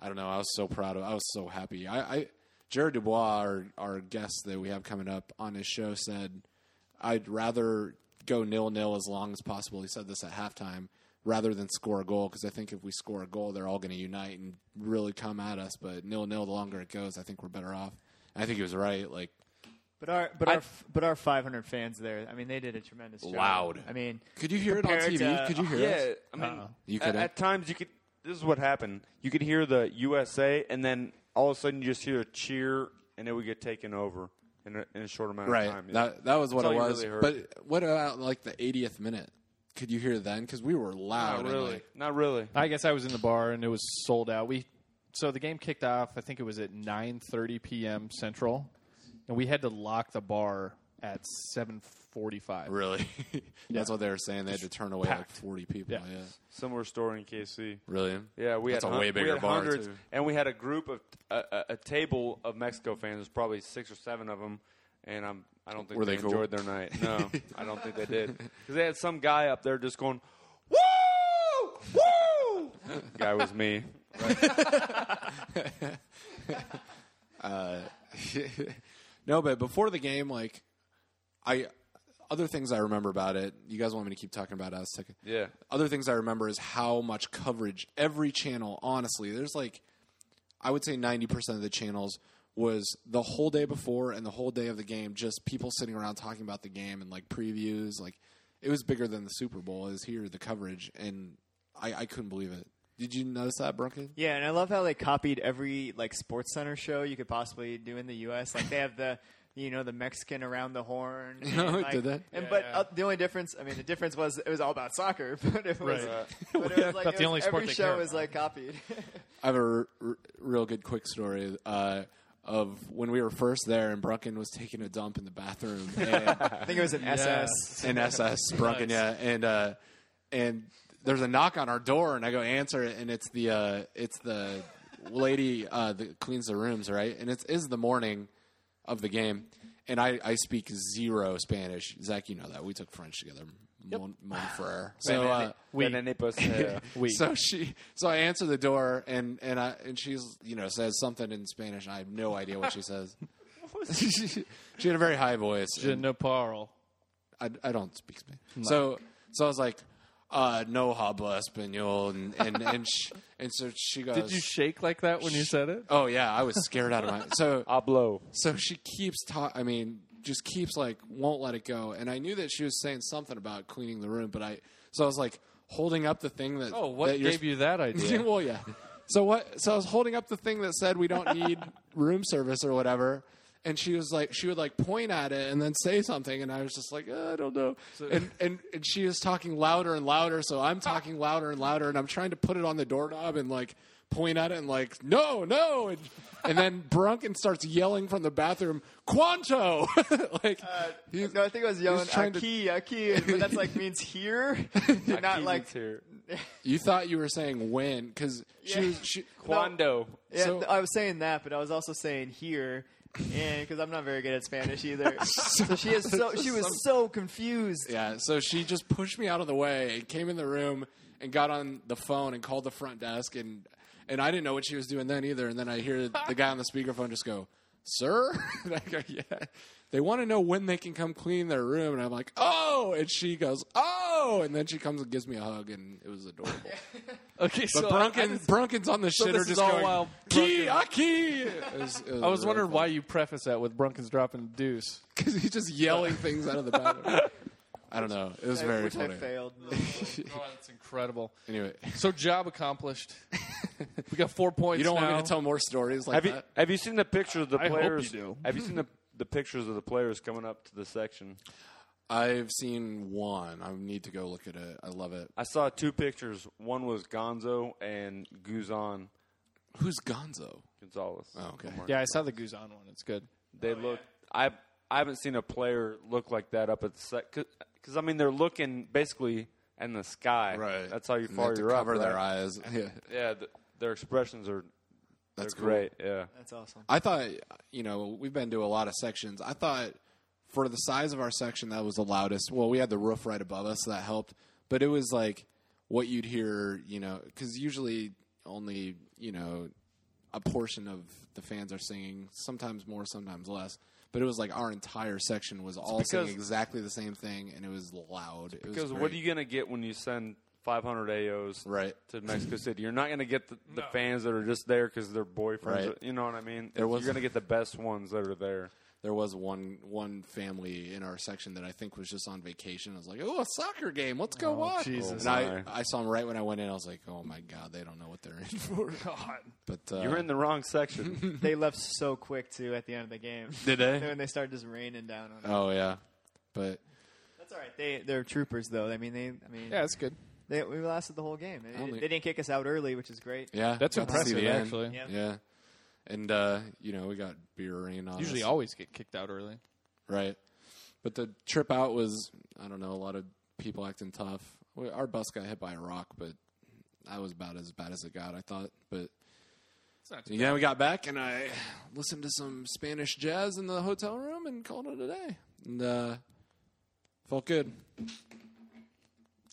Speaker 2: I don't know, I was so proud of, I was so happy. I, I Jared Dubois, our our guest that we have coming up on his show, said I'd rather go nil nil as long as possible. He said this at halftime. Rather than score a goal, because I think if we score a goal, they're all going to unite and really come at us. But nil nil, the longer it goes, I think we're better off. And I think he was right. Like
Speaker 3: But our but
Speaker 4: I-
Speaker 3: our f- but our 500 fans there. I mean, they did a tremendous job.
Speaker 2: Loud.
Speaker 3: I mean,
Speaker 2: Could you hear it on
Speaker 3: compared
Speaker 2: TV?
Speaker 3: to-
Speaker 2: could you hear
Speaker 4: yeah,
Speaker 2: it?
Speaker 4: I mean,
Speaker 2: You
Speaker 4: at,
Speaker 2: could- eh?
Speaker 4: at times you could. This is what happened. You could hear the USA, and then all of a sudden you just hear a cheer, and it would get taken over in a, in a short amount
Speaker 2: Right.
Speaker 4: of time.
Speaker 2: That that was what
Speaker 4: That's
Speaker 2: it
Speaker 4: all you
Speaker 2: was.
Speaker 4: really heard.
Speaker 2: but what about like the 80th minute? Could you hear then? Because we were loud.
Speaker 4: not
Speaker 2: and,
Speaker 4: Oh, really.
Speaker 2: like,
Speaker 4: Not really.
Speaker 1: I guess I was in the bar and it was sold out. We so the game kicked off. I think it was at 9:30 p.m. Central, and we had to lock the bar at 7:45.
Speaker 2: really. That's what they were saying. They had to turn away like
Speaker 1: packed.
Speaker 2: 40 people. Yeah.
Speaker 1: Yeah.
Speaker 4: Similar story in KC.
Speaker 2: Really.
Speaker 4: Yeah, we
Speaker 2: That's
Speaker 4: had
Speaker 2: a way
Speaker 4: hun- we
Speaker 2: bigger
Speaker 4: had
Speaker 2: bar
Speaker 4: hundreds,
Speaker 2: too.
Speaker 4: and we had a group of a, a, a table of Mexico fans. There's probably six or seven of them, and I'm I don't think
Speaker 2: Were
Speaker 4: they,
Speaker 2: they cool?
Speaker 4: enjoyed their night. No, I don't think they did because they had some guy up there just going, "Woo, woo!" guy was me.
Speaker 2: no, but before the game, like I other things I remember about it. You guys want me to keep talking about Aztec?
Speaker 4: Yeah.
Speaker 2: Other things I remember is how much coverage every channel. Honestly, there's like I would say 90% of the channels was the whole day before and the whole day of the game just people sitting around talking about the game and like previews like it was bigger than the super bowl is here the coverage and i, I couldn't believe it did you notice that Brunken?
Speaker 3: Yeah, and I love how they copied every like sports center show you could possibly do in the U.S. Like they have the you know the Mexican around the horn. and,
Speaker 2: No, it
Speaker 3: like-
Speaker 2: did that.
Speaker 3: And
Speaker 1: Yeah,
Speaker 3: but
Speaker 1: yeah.
Speaker 3: Uh, the only difference, I mean, the difference was it was all about soccer, but it was.
Speaker 1: Right.
Speaker 3: But it was like
Speaker 1: That's
Speaker 3: it
Speaker 1: the
Speaker 3: was-
Speaker 1: only sport
Speaker 3: every
Speaker 1: they care
Speaker 3: show was
Speaker 1: about.
Speaker 3: like copied.
Speaker 2: I have a r- r- real good quick story uh, of when we were first there and Brunken was taking a dump in the bathroom. And
Speaker 3: I think it was an
Speaker 1: Yeah.
Speaker 3: SS.
Speaker 2: in SS Brunken, yeah, and uh, and there's a knock on our door, and I go answer it, and it's the uh, it's the lady uh, that cleans the rooms, right? And it is the morning of the game, and I, I speak zero Spanish. Zach, you know that we took French together. Mon, mon frere. So uh,
Speaker 1: We-
Speaker 4: we.
Speaker 1: We-
Speaker 2: so she so I answer the door and and I and she's you know says something in Spanish and I have no idea what she says. she had a very high voice.
Speaker 1: Je
Speaker 2: and
Speaker 1: ne parle.
Speaker 2: I, I don't speak Spanish. So so I was like, uh, no habla español and and and, sh and so she goes.
Speaker 1: Did you shake like that when you said it?
Speaker 2: oh yeah, I was scared out of my so
Speaker 4: I blow.
Speaker 2: so she keeps ta I mean, just keeps like won't let it go. And I knew that she was saying something about cleaning the room, but I so I was like holding up the thing that
Speaker 1: Oh, what
Speaker 2: that you're
Speaker 1: gave you that idea?
Speaker 2: well, yeah. So what? So I was holding up the thing that said we don't need room service or whatever, and she was like, she would like point at it and then say something, and I was just like, uh, I don't know. and, and and she is talking louder and louder, so I'm talking louder and louder, and I'm trying to put it on the doorknob and like point at it and like no no and, and then Brunken starts yelling from the bathroom Quanto like he's-
Speaker 3: No, I think I was yelling
Speaker 2: was trying to-
Speaker 3: "Aki, Aki," but that's like means here, and not like
Speaker 4: here.
Speaker 2: you thought you were saying when because she
Speaker 3: Yeah.
Speaker 2: was she,
Speaker 4: Quando.
Speaker 3: Yeah,
Speaker 2: So-
Speaker 3: I was saying that, but I was also saying here, and because I'm not very good at Spanish either. so she is so she was so confused.
Speaker 2: Yeah, so she just pushed me out of the way and came in the room and got on the phone and called the front desk and and I didn't know what she was doing then either. And then I hear the guy on the speakerphone just go, "Sir," and I go, "Yeah." They want to know when they can come clean their room, and I'm like, "Oh!" And she goes, "Oh!" And then she comes and gives me a hug, and it was adorable.
Speaker 1: Okay,
Speaker 2: But
Speaker 1: so
Speaker 2: Brunken,
Speaker 1: I, just-
Speaker 2: Brunken's on the
Speaker 1: So
Speaker 2: shitter
Speaker 1: this is
Speaker 2: just
Speaker 1: all
Speaker 2: going,
Speaker 1: while
Speaker 2: "Key,
Speaker 1: Brunken-
Speaker 2: ah, key." It was- it
Speaker 1: I was
Speaker 2: really
Speaker 1: wondering
Speaker 2: fun.
Speaker 1: why you preface that with Brunken's dropping deuce.
Speaker 2: because he's just yelling things out of the bathroom. I don't know. It was
Speaker 3: I-
Speaker 2: very
Speaker 3: which
Speaker 2: funny.
Speaker 3: I failed.
Speaker 1: Oh, that's incredible.
Speaker 2: Anyway.
Speaker 1: So job accomplished. we got four points.
Speaker 2: You don't
Speaker 1: now.
Speaker 2: want me to tell more stories like
Speaker 4: Have you
Speaker 2: that?
Speaker 4: have you seen the pictures of the
Speaker 1: I hope you
Speaker 4: players?
Speaker 1: do.
Speaker 4: Have you seen the the pictures of the players coming up to the section?
Speaker 2: I've seen one. I need to go look at it. I love it.
Speaker 4: I saw two pictures. One was Gonzo and Guzan
Speaker 2: Who's Gonzo?
Speaker 4: Gonzalez.
Speaker 2: Oh, okay.
Speaker 1: Yeah, I saw the Guzan one. It's good.
Speaker 4: They
Speaker 2: Oh,
Speaker 4: look. I I haven't seen a player look like that up at the sec. Because I mean, they're looking basically in the sky. That's how you
Speaker 2: And they have
Speaker 4: far
Speaker 2: to
Speaker 4: you're up.
Speaker 2: cover their
Speaker 4: right?
Speaker 2: eyes. Yeah,
Speaker 4: Yeah, th- their expressions are
Speaker 2: that's
Speaker 4: they're
Speaker 2: cool.
Speaker 4: great. Yeah.
Speaker 3: That's awesome.
Speaker 2: I thought, you know, we've been to a lot of sections. I thought for the size of our section, that was the loudest. Well, we had the roof right above us, so that helped. But it was like what you'd hear, you know, because usually only, you know, a portion of the fans are singing, sometimes more, sometimes less. But it was like our entire section was all singing
Speaker 4: because-
Speaker 2: exactly the same thing, and it was loud. It was
Speaker 4: Because
Speaker 2: great.
Speaker 4: what are you gonna get when you send 500 AOs
Speaker 2: Right.
Speaker 4: to Mexico City? You're not gonna get the, the fans that are just there because they're boyfriends.
Speaker 2: Right.
Speaker 4: You know what I mean?
Speaker 2: There was-
Speaker 4: You're gonna get the best ones that are there.
Speaker 2: there was one one family in our section that I think was just on vacation. I was like, "Oh, a soccer game! Let's go watch!"
Speaker 1: Oh, Jesus.
Speaker 2: And I,
Speaker 4: my.
Speaker 2: I saw them right when I went in. I was like, "Oh my god, they don't know what they're in for."
Speaker 1: God.
Speaker 2: But uh,
Speaker 4: You're in the wrong section.
Speaker 3: They left so quick too at the end of the game.
Speaker 2: did they?
Speaker 3: when they started just raining down on us.
Speaker 2: Oh yeah, but
Speaker 3: That's all right. They they're troopers though. I mean they I mean
Speaker 1: Yeah, it's good.
Speaker 3: they, we lasted the whole game. They,
Speaker 2: Only-
Speaker 3: they didn't kick us out early, which is great.
Speaker 2: yeah,
Speaker 1: That's
Speaker 2: got to see
Speaker 1: impressive,
Speaker 2: the end.
Speaker 1: actually.
Speaker 3: Yeah.
Speaker 2: Yeah, and uh, you know we got beer rain on
Speaker 1: Usually
Speaker 2: us.
Speaker 1: always get kicked out early.
Speaker 2: Right. But the trip out was, I don't know, a lot of people acting tough. We, our bus got hit by a rock, but I was about as bad as it got, I thought. But
Speaker 1: not too
Speaker 2: yeah, we got back and I listened to some Spanish jazz in the hotel room and called it a day. And uh, felt good.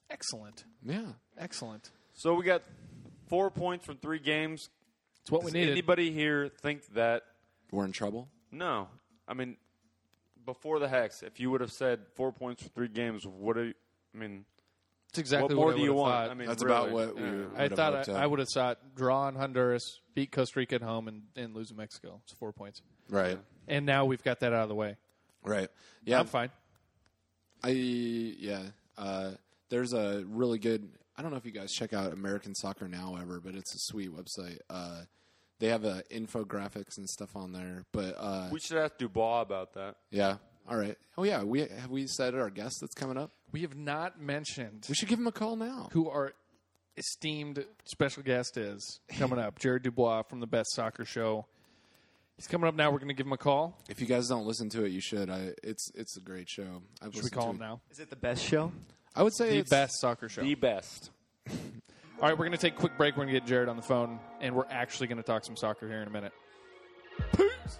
Speaker 1: Excellent.
Speaker 2: Yeah.
Speaker 1: Excellent.
Speaker 4: so we got four points from three games.
Speaker 1: It's what we
Speaker 4: Does
Speaker 1: needed.
Speaker 4: anybody here think that
Speaker 2: We're in trouble.
Speaker 4: No, I mean, before the hex, if you would have said four points for three games, what do you? I mean,
Speaker 1: It's exactly
Speaker 4: what more
Speaker 1: I
Speaker 4: do you
Speaker 1: would've
Speaker 4: want?
Speaker 1: thought.
Speaker 4: I mean,
Speaker 2: That's
Speaker 4: really.
Speaker 2: about what we
Speaker 4: Yeah.
Speaker 2: would
Speaker 1: I
Speaker 2: have
Speaker 1: thought
Speaker 2: hoped,
Speaker 1: I,
Speaker 2: uh,
Speaker 1: I would have thought draw on Honduras, beat Costa Rica at home, and, and lose to Mexico. It's four points.
Speaker 2: Right.
Speaker 1: And now we've got that out of the way.
Speaker 2: Right. Yeah.
Speaker 1: I'm fine.
Speaker 2: I yeah. Uh, there's a really good. I don't know if you guys check out American Soccer Now ever, but it's a sweet website. Uh, they have uh, infographics and stuff on there. But uh,
Speaker 4: We should ask Dubois about that.
Speaker 2: yeah, all right. Oh yeah, we have we said our guest that's coming up.
Speaker 1: We have not mentioned
Speaker 2: We should give him a call now.
Speaker 1: who our esteemed special guest is coming up. Jared Dubois from the Best Soccer Show. He's coming up now. We're going to give him a call.
Speaker 2: If you guys don't listen to it, you should. I, it's it's a great show. I've
Speaker 1: Should we call him now?
Speaker 3: Is it the best show?
Speaker 2: I would say
Speaker 1: The
Speaker 2: it's,
Speaker 1: Best Soccer Show.
Speaker 4: The best.
Speaker 1: All right, we're going to take a quick break. We're going to get Jared on the phone, and we're actually going to talk some soccer here in a minute. Peace.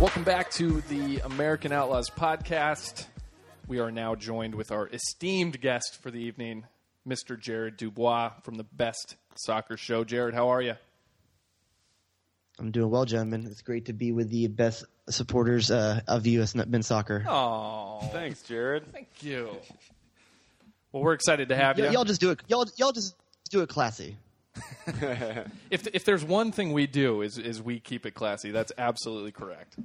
Speaker 1: Welcome back to the American Outlaws podcast. We are now joined with our esteemed guest for the evening, Mr. Jared Dubois from the Best Soccer Show. Jared, how are you?
Speaker 5: I'm doing well, gentlemen. It's great to be with the best supporters uh, of U.S. Men's Soccer.
Speaker 1: Oh,
Speaker 4: Thanks, Jared.
Speaker 1: thank you. Well, we're excited to have
Speaker 5: Y-
Speaker 1: you.
Speaker 5: Y'all just do it. Y'all, y'all just do it classy.
Speaker 1: If, if there's one thing we do is is we keep it classy. That's absolutely correct.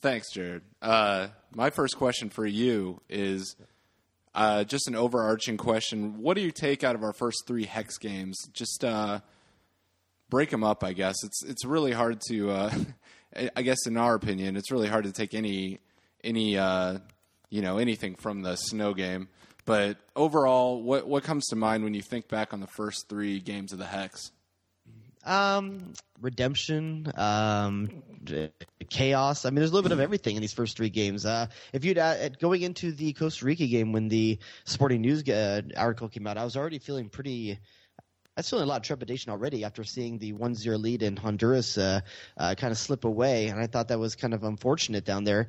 Speaker 2: Thanks, Jared. Uh, my first question for you is uh, just an overarching question. What do you take out of our first three hex games? Just uh, break them up, I guess. It's it's really hard to, uh, I- I guess, in our opinion, it's really hard to take any any uh, you know anything from the snow game. But overall, what what comes to mind when you think back on the first three games of the hex?
Speaker 5: Um, redemption, um, d- chaos. I mean, there's a little bit of everything in these first three games. Uh, if you'd uh, at- going into the Costa Rica game when the Sporting News uh, article came out, I was already feeling pretty. I was feeling a lot of trepidation already after seeing the 1-0 lead in Honduras uh, uh, kind of slip away, and I thought that was kind of unfortunate down there.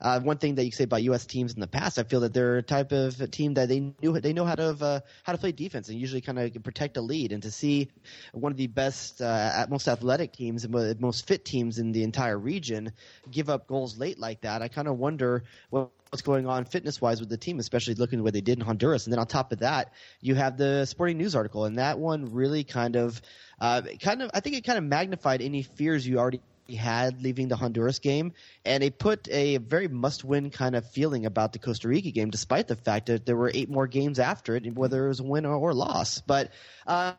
Speaker 5: Uh, one thing that you say about U.S. teams in the past, I feel that they're a type of team that they knew they know how to uh, how to play defense and usually kind of protect a lead. And to see one of the best, uh, at- most athletic teams and mo- most fit teams in the entire region give up goals late like that, I kind of wonder what what's going on fitness wise with the team, especially looking at what they did in Honduras. And then on top of that, you have the sporting news article, and that one really kind of, uh, kind of, I think it kind of magnified any fears you already had leaving the Honduras game, and it put a very must win kind of feeling about the Costa Rica game, despite the fact that there were eight more games after it, whether it was a win or, or loss. But uh,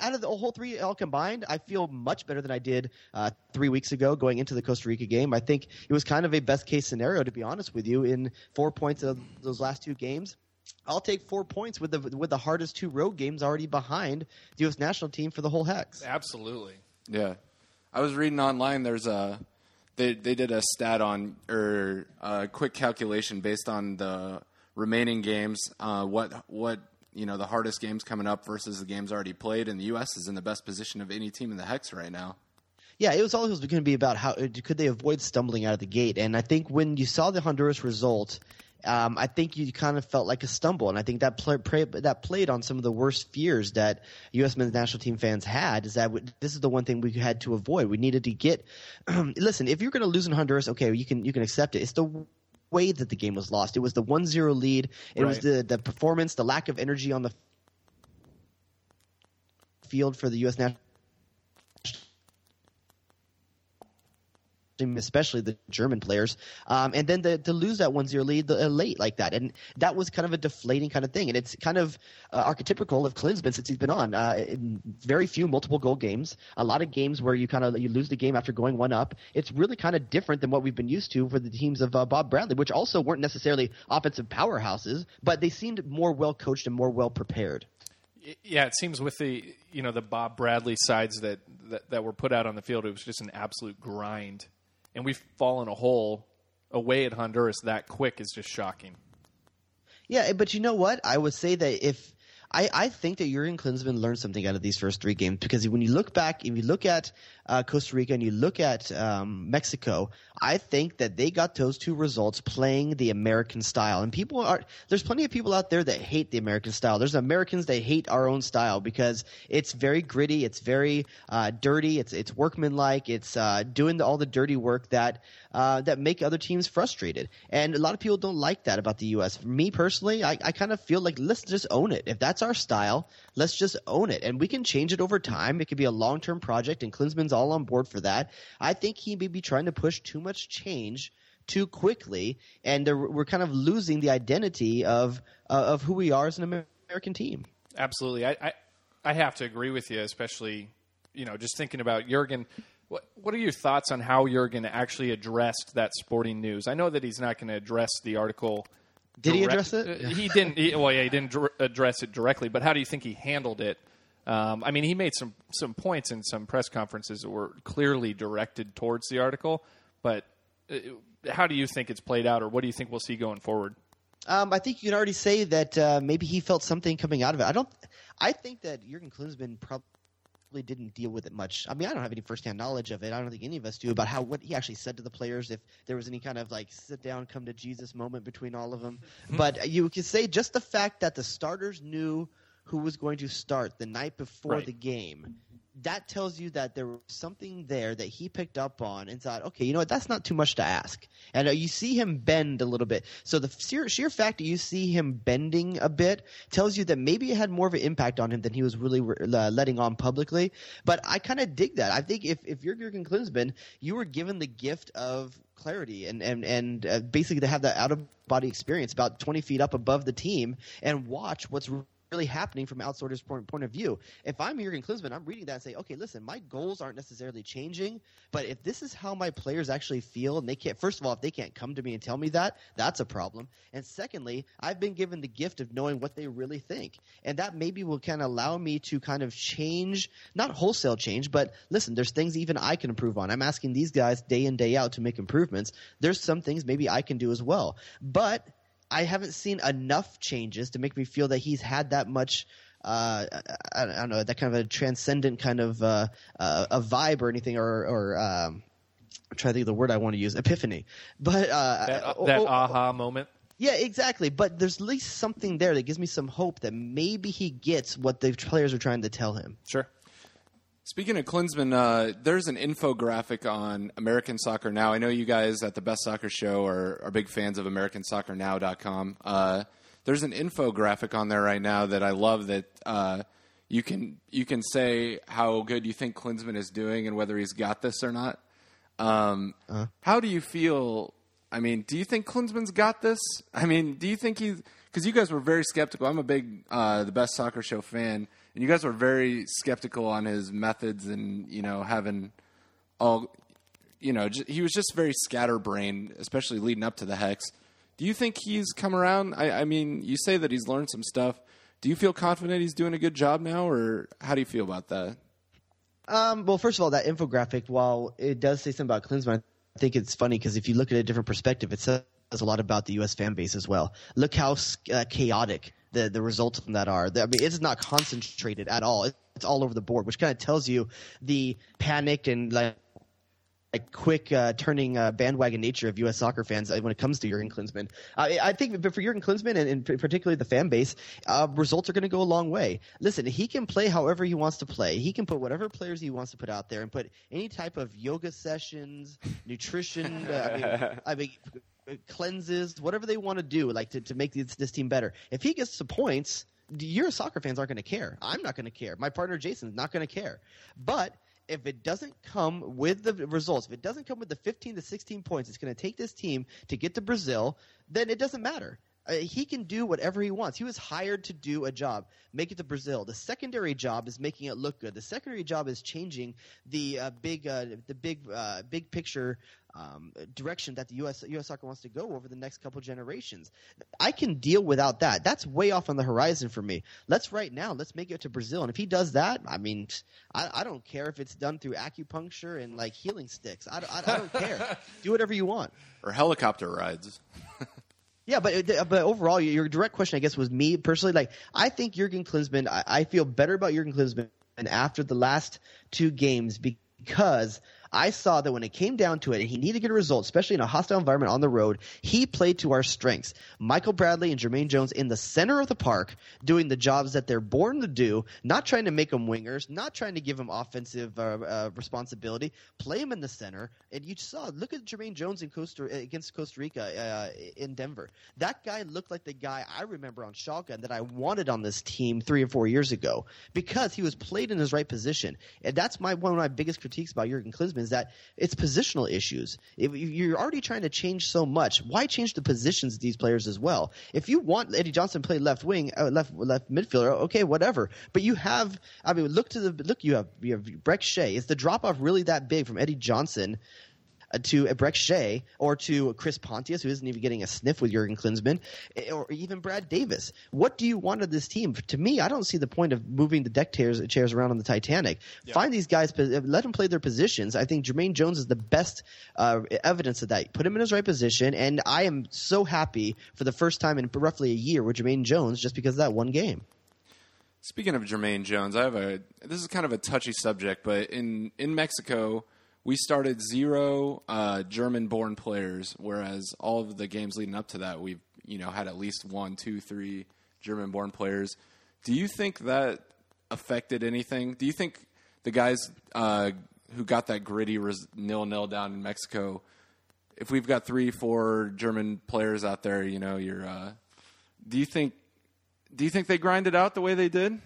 Speaker 5: out of the whole three all combined, I feel much better than I did uh, three weeks ago going into the Costa Rica game. I think it was kind of a best case scenario, to be honest with you, in four points of those last two games. I'll take four points with the with the hardest two road games already behind the U.S. national team for the whole hex.
Speaker 1: Absolutely.
Speaker 2: Yeah, I was reading online. There's a they they did a stat on or a quick calculation based on the remaining games. Uh, what what you know the hardest games coming up versus the games already played, and the U.S. is in the best position of any team in the hex right now.
Speaker 5: Yeah, it was always going to be about how uh, could they avoid stumbling out of the gate, and I think when you saw the Honduras result, um, I think you kind of felt like a stumble, and I think that play, play, that played on some of the worst fears that U.S. men's national team fans had. Is that w- this is the one thing we had to avoid? We needed to get. listen, if you're going to lose in Honduras, okay, you can you can accept it. It's the way that the game was lost. It was the 1-0 lead. It was
Speaker 1: Right.
Speaker 5: the the performance, the lack of energy on the field for the U.S. national. team, especially the German players, um, and then the, to lose that 1-0 lead the, uh, late like that, and that was kind of a deflating kind of thing, and it's kind of uh, archetypical of Klinsmann since he's been on. Uh, in very few multiple goal games, a lot of games where you kind of you lose the game after going one up. It's really kind of different than what we've been used to for the teams of uh, Bob Bradley, which also weren't necessarily offensive powerhouses, but they seemed more well coached and more well prepared.
Speaker 1: Y- Yeah, it seems with the you know the Bob Bradley sides that, that that were put out on the field, it was just an absolute grind, and we've fallen a hole away at Honduras that quick is just shocking.
Speaker 5: Yeah, eh, but you know what? I would say that if I, I think that Jurgen Klinsmann learned something out of these first three games because when you look back, if you look at uh, Costa Rica and you look at um, Mexico, I think that they got those two results playing the American style. And people are there's plenty of people out there that hate the American style. There's Americans that hate our own style because it's very gritty, it's very uh, dirty, it's it's workmanlike, it's uh, doing the, all the dirty work that uh, that make other teams frustrated. And a lot of people don't like that about the U.S. Me personally, I, I kind of feel like let's just own it. If that's that's our style. Let's just own it, and we can change it over time. It could be a long term project, and Klinsman's all on board for that. I think he may be trying to push too much change too quickly, and there- we're kind of losing the identity of uh, of who we are as an Amer- American team.
Speaker 1: Absolutely. I, I I have to agree with you, especially you know just thinking about Jurgen. What what are your thoughts on how Jurgen actually addressed that sporting news? I know that he's not going to address the article.
Speaker 5: Did he
Speaker 1: direct-
Speaker 5: address it?
Speaker 1: Uh, He didn't. He, well, yeah, he didn't dr- address it directly. But how do you think he handled it? Um, I mean, he made some some points in some press conferences that were clearly directed towards the article. But uh, how do you think it's played out, or what do you think we'll see going forward?
Speaker 5: Um, I think you can already say that uh, maybe he felt something coming out of it. I don't. I think that Jurgen Klinsmann probably didn't deal with it much. I mean, I don't have any firsthand knowledge of it. I don't think any of us do about how what he actually said to the players. If there was any kind of like sit down, come to Jesus moment between all of them, but you can say just the fact that the starters knew who was going to start the night before
Speaker 1: Right.
Speaker 5: the game. That tells you that there was something there that he picked up on and thought, okay, you know what, that's not too much to ask. And uh, you see him bend a little bit. So the sheer, sheer fact that you see him bending a bit tells you that maybe it had more of an impact on him than he was really uh, letting on publicly. But I kind of dig that. I think if, if you're Jurgen Klinsmann, you were given the gift of clarity and and and uh, basically to have that out of body experience about 20 feet up above the team and watch what's really happening from outsiders' point, point of view. If I'm Jurgen Klinsmann, I'm reading that and saying, okay, listen, my goals aren't necessarily changing, but if this is how my players actually feel, and they can't, first of all, if they can't come to me and tell me that, that's a problem. And secondly, I've been given the gift of knowing what they really think. And that maybe will kind of allow me to kind of change, not wholesale change, but listen, there's things even I can improve on. I'm asking these guys day in, day out to make improvements. There's some things maybe I can do as well. But I haven't seen enough changes to make me feel that he's had that much. Uh, I, I don't know that kind of a transcendent kind of uh, uh, a vibe or anything or or um, I'm trying to think of the word I want to use epiphany, but uh,
Speaker 1: That,
Speaker 5: oh,
Speaker 1: that
Speaker 5: oh,
Speaker 1: aha moment.
Speaker 5: yeah, exactly. But there's at least something there that gives me some hope that maybe he gets what the players are trying to tell him.
Speaker 1: Sure.
Speaker 2: Speaking of Klinsman, uh, there's an infographic on American Soccer Now. I know you guys at the Best Soccer Show are, are big fans of AmericanSoccerNow.com. Uh, there's an infographic on there right now that I love that uh, you can you can say how good you think Klinsman is doing and whether he's got this or not. Um, How do you feel? I mean, do you think Klinsman's got this? I mean, do you think he? Because you guys were very skeptical. I'm a big uh, the best soccer show fan, and you guys were very skeptical on his methods and you know having all you know j- he was just very scatterbrained, especially leading up to the hex. Do you think he's come around? I, I mean, you say that he's learned some stuff. Do you feel confident he's doing a good job now, or how do you feel about that?
Speaker 5: Um, well, first of all, that infographic, while it does say something about Klinsmann, I think it's funny because if you look at a different perspective, it says a lot about the U.S. fan base as well. Look how uh, chaotic the, the results from that are. I mean, it's not concentrated at all. It's all over the board, which kind of tells you the panic and like like quick uh, turning uh, bandwagon nature of U.S. soccer fans uh, when it comes to Jurgen Klinsmann. I, I think, but for Jurgen Klinsmann and, and particularly the fan base, uh, results are going to go a long way. Listen, he can play however he wants to play. He can put whatever players he wants to put out there and put any type of yoga sessions, nutrition. uh, I mean, I mean, cleanses, whatever they want to do, like to, to make this, this team better. If he gets some points. Your soccer fans aren't going to care. I'm not going to care. My partner Jason's not going to care. But if it doesn't come with the results, if it doesn't come with the 15 to 16 points it's going to take this team to get to Brazil, then it doesn't matter. Uh, he can do whatever he wants. He was hired to do a job, make it to Brazil. The secondary job is making it look good. The secondary job is changing the uh, big, uh, the big, uh, big picture um, direction that the U.S. U.S. soccer wants to go over the next couple generations. I can deal without that. That's way off on the horizon for me. Let's right now. Let's make it to Brazil. And if he does that, I mean, I, I don't care if it's done through acupuncture and like healing sticks. I, don't- I, I don't care. Do whatever you want.
Speaker 2: Or helicopter rides?
Speaker 5: Yeah, but but overall, your- your direct question, I guess, was me personally. Like, I think Jurgen Klinsmann. I, I feel better about Jurgen Klinsmann after the last two games because I saw that when it came down to it, and he needed to get a result, especially in a hostile environment on the road, he played to our strengths. Michael Bradley and Jermaine Jones in the center of the park doing the jobs that they're born to do, not trying to make them wingers, not trying to give them offensive uh, uh, responsibility. Play them in the center, and you saw. Look at Jermaine Jones in Costa against Costa Rica uh, in Denver. That guy looked like the guy I remember on Shotgun that I wanted on this team three or four years ago because he was played in his right position. And that's my one of my biggest critiques about Jurgen Klinsmann is that it's positional issues. If you- you're already trying to change so much, why change the positions of these players as well? If you want Eddie Johnson to play left wing, uh, left left midfielder, okay, whatever. But you have, I mean, look to the look. You have you have Breck Shea. Is the drop off really that big from Eddie Johnson? uh, to Breck Shea or to Chris Pontius, who isn't even getting a sniff with Jurgen Klinsmann, eh, or even Brad Davis. What do you want of this team? To me, I don't see the point of moving the deck chairs, chairs around on the Titanic. Find these guys, pos- eh, let them play their positions. I think Jermaine Jones is the best uh, evidence of that. Put him in his right position, and I am so happy for the first time in roughly a year with Jermaine Jones just because of that one game.
Speaker 2: Speaking of Jermaine Jones, I have a this is kind of a touchy subject, but in in Mexico, we started zero uh, German-born players, whereas all of the games leading up to that, we've you know had at least one, two, three German-born players. Do you think that affected anything? Do you think the guys uh, who got that gritty res- nil-nil down in Mexico? If we've got three, four German players out there, you know, you're. Uh, do you think? Do you think they grinded out the way they did?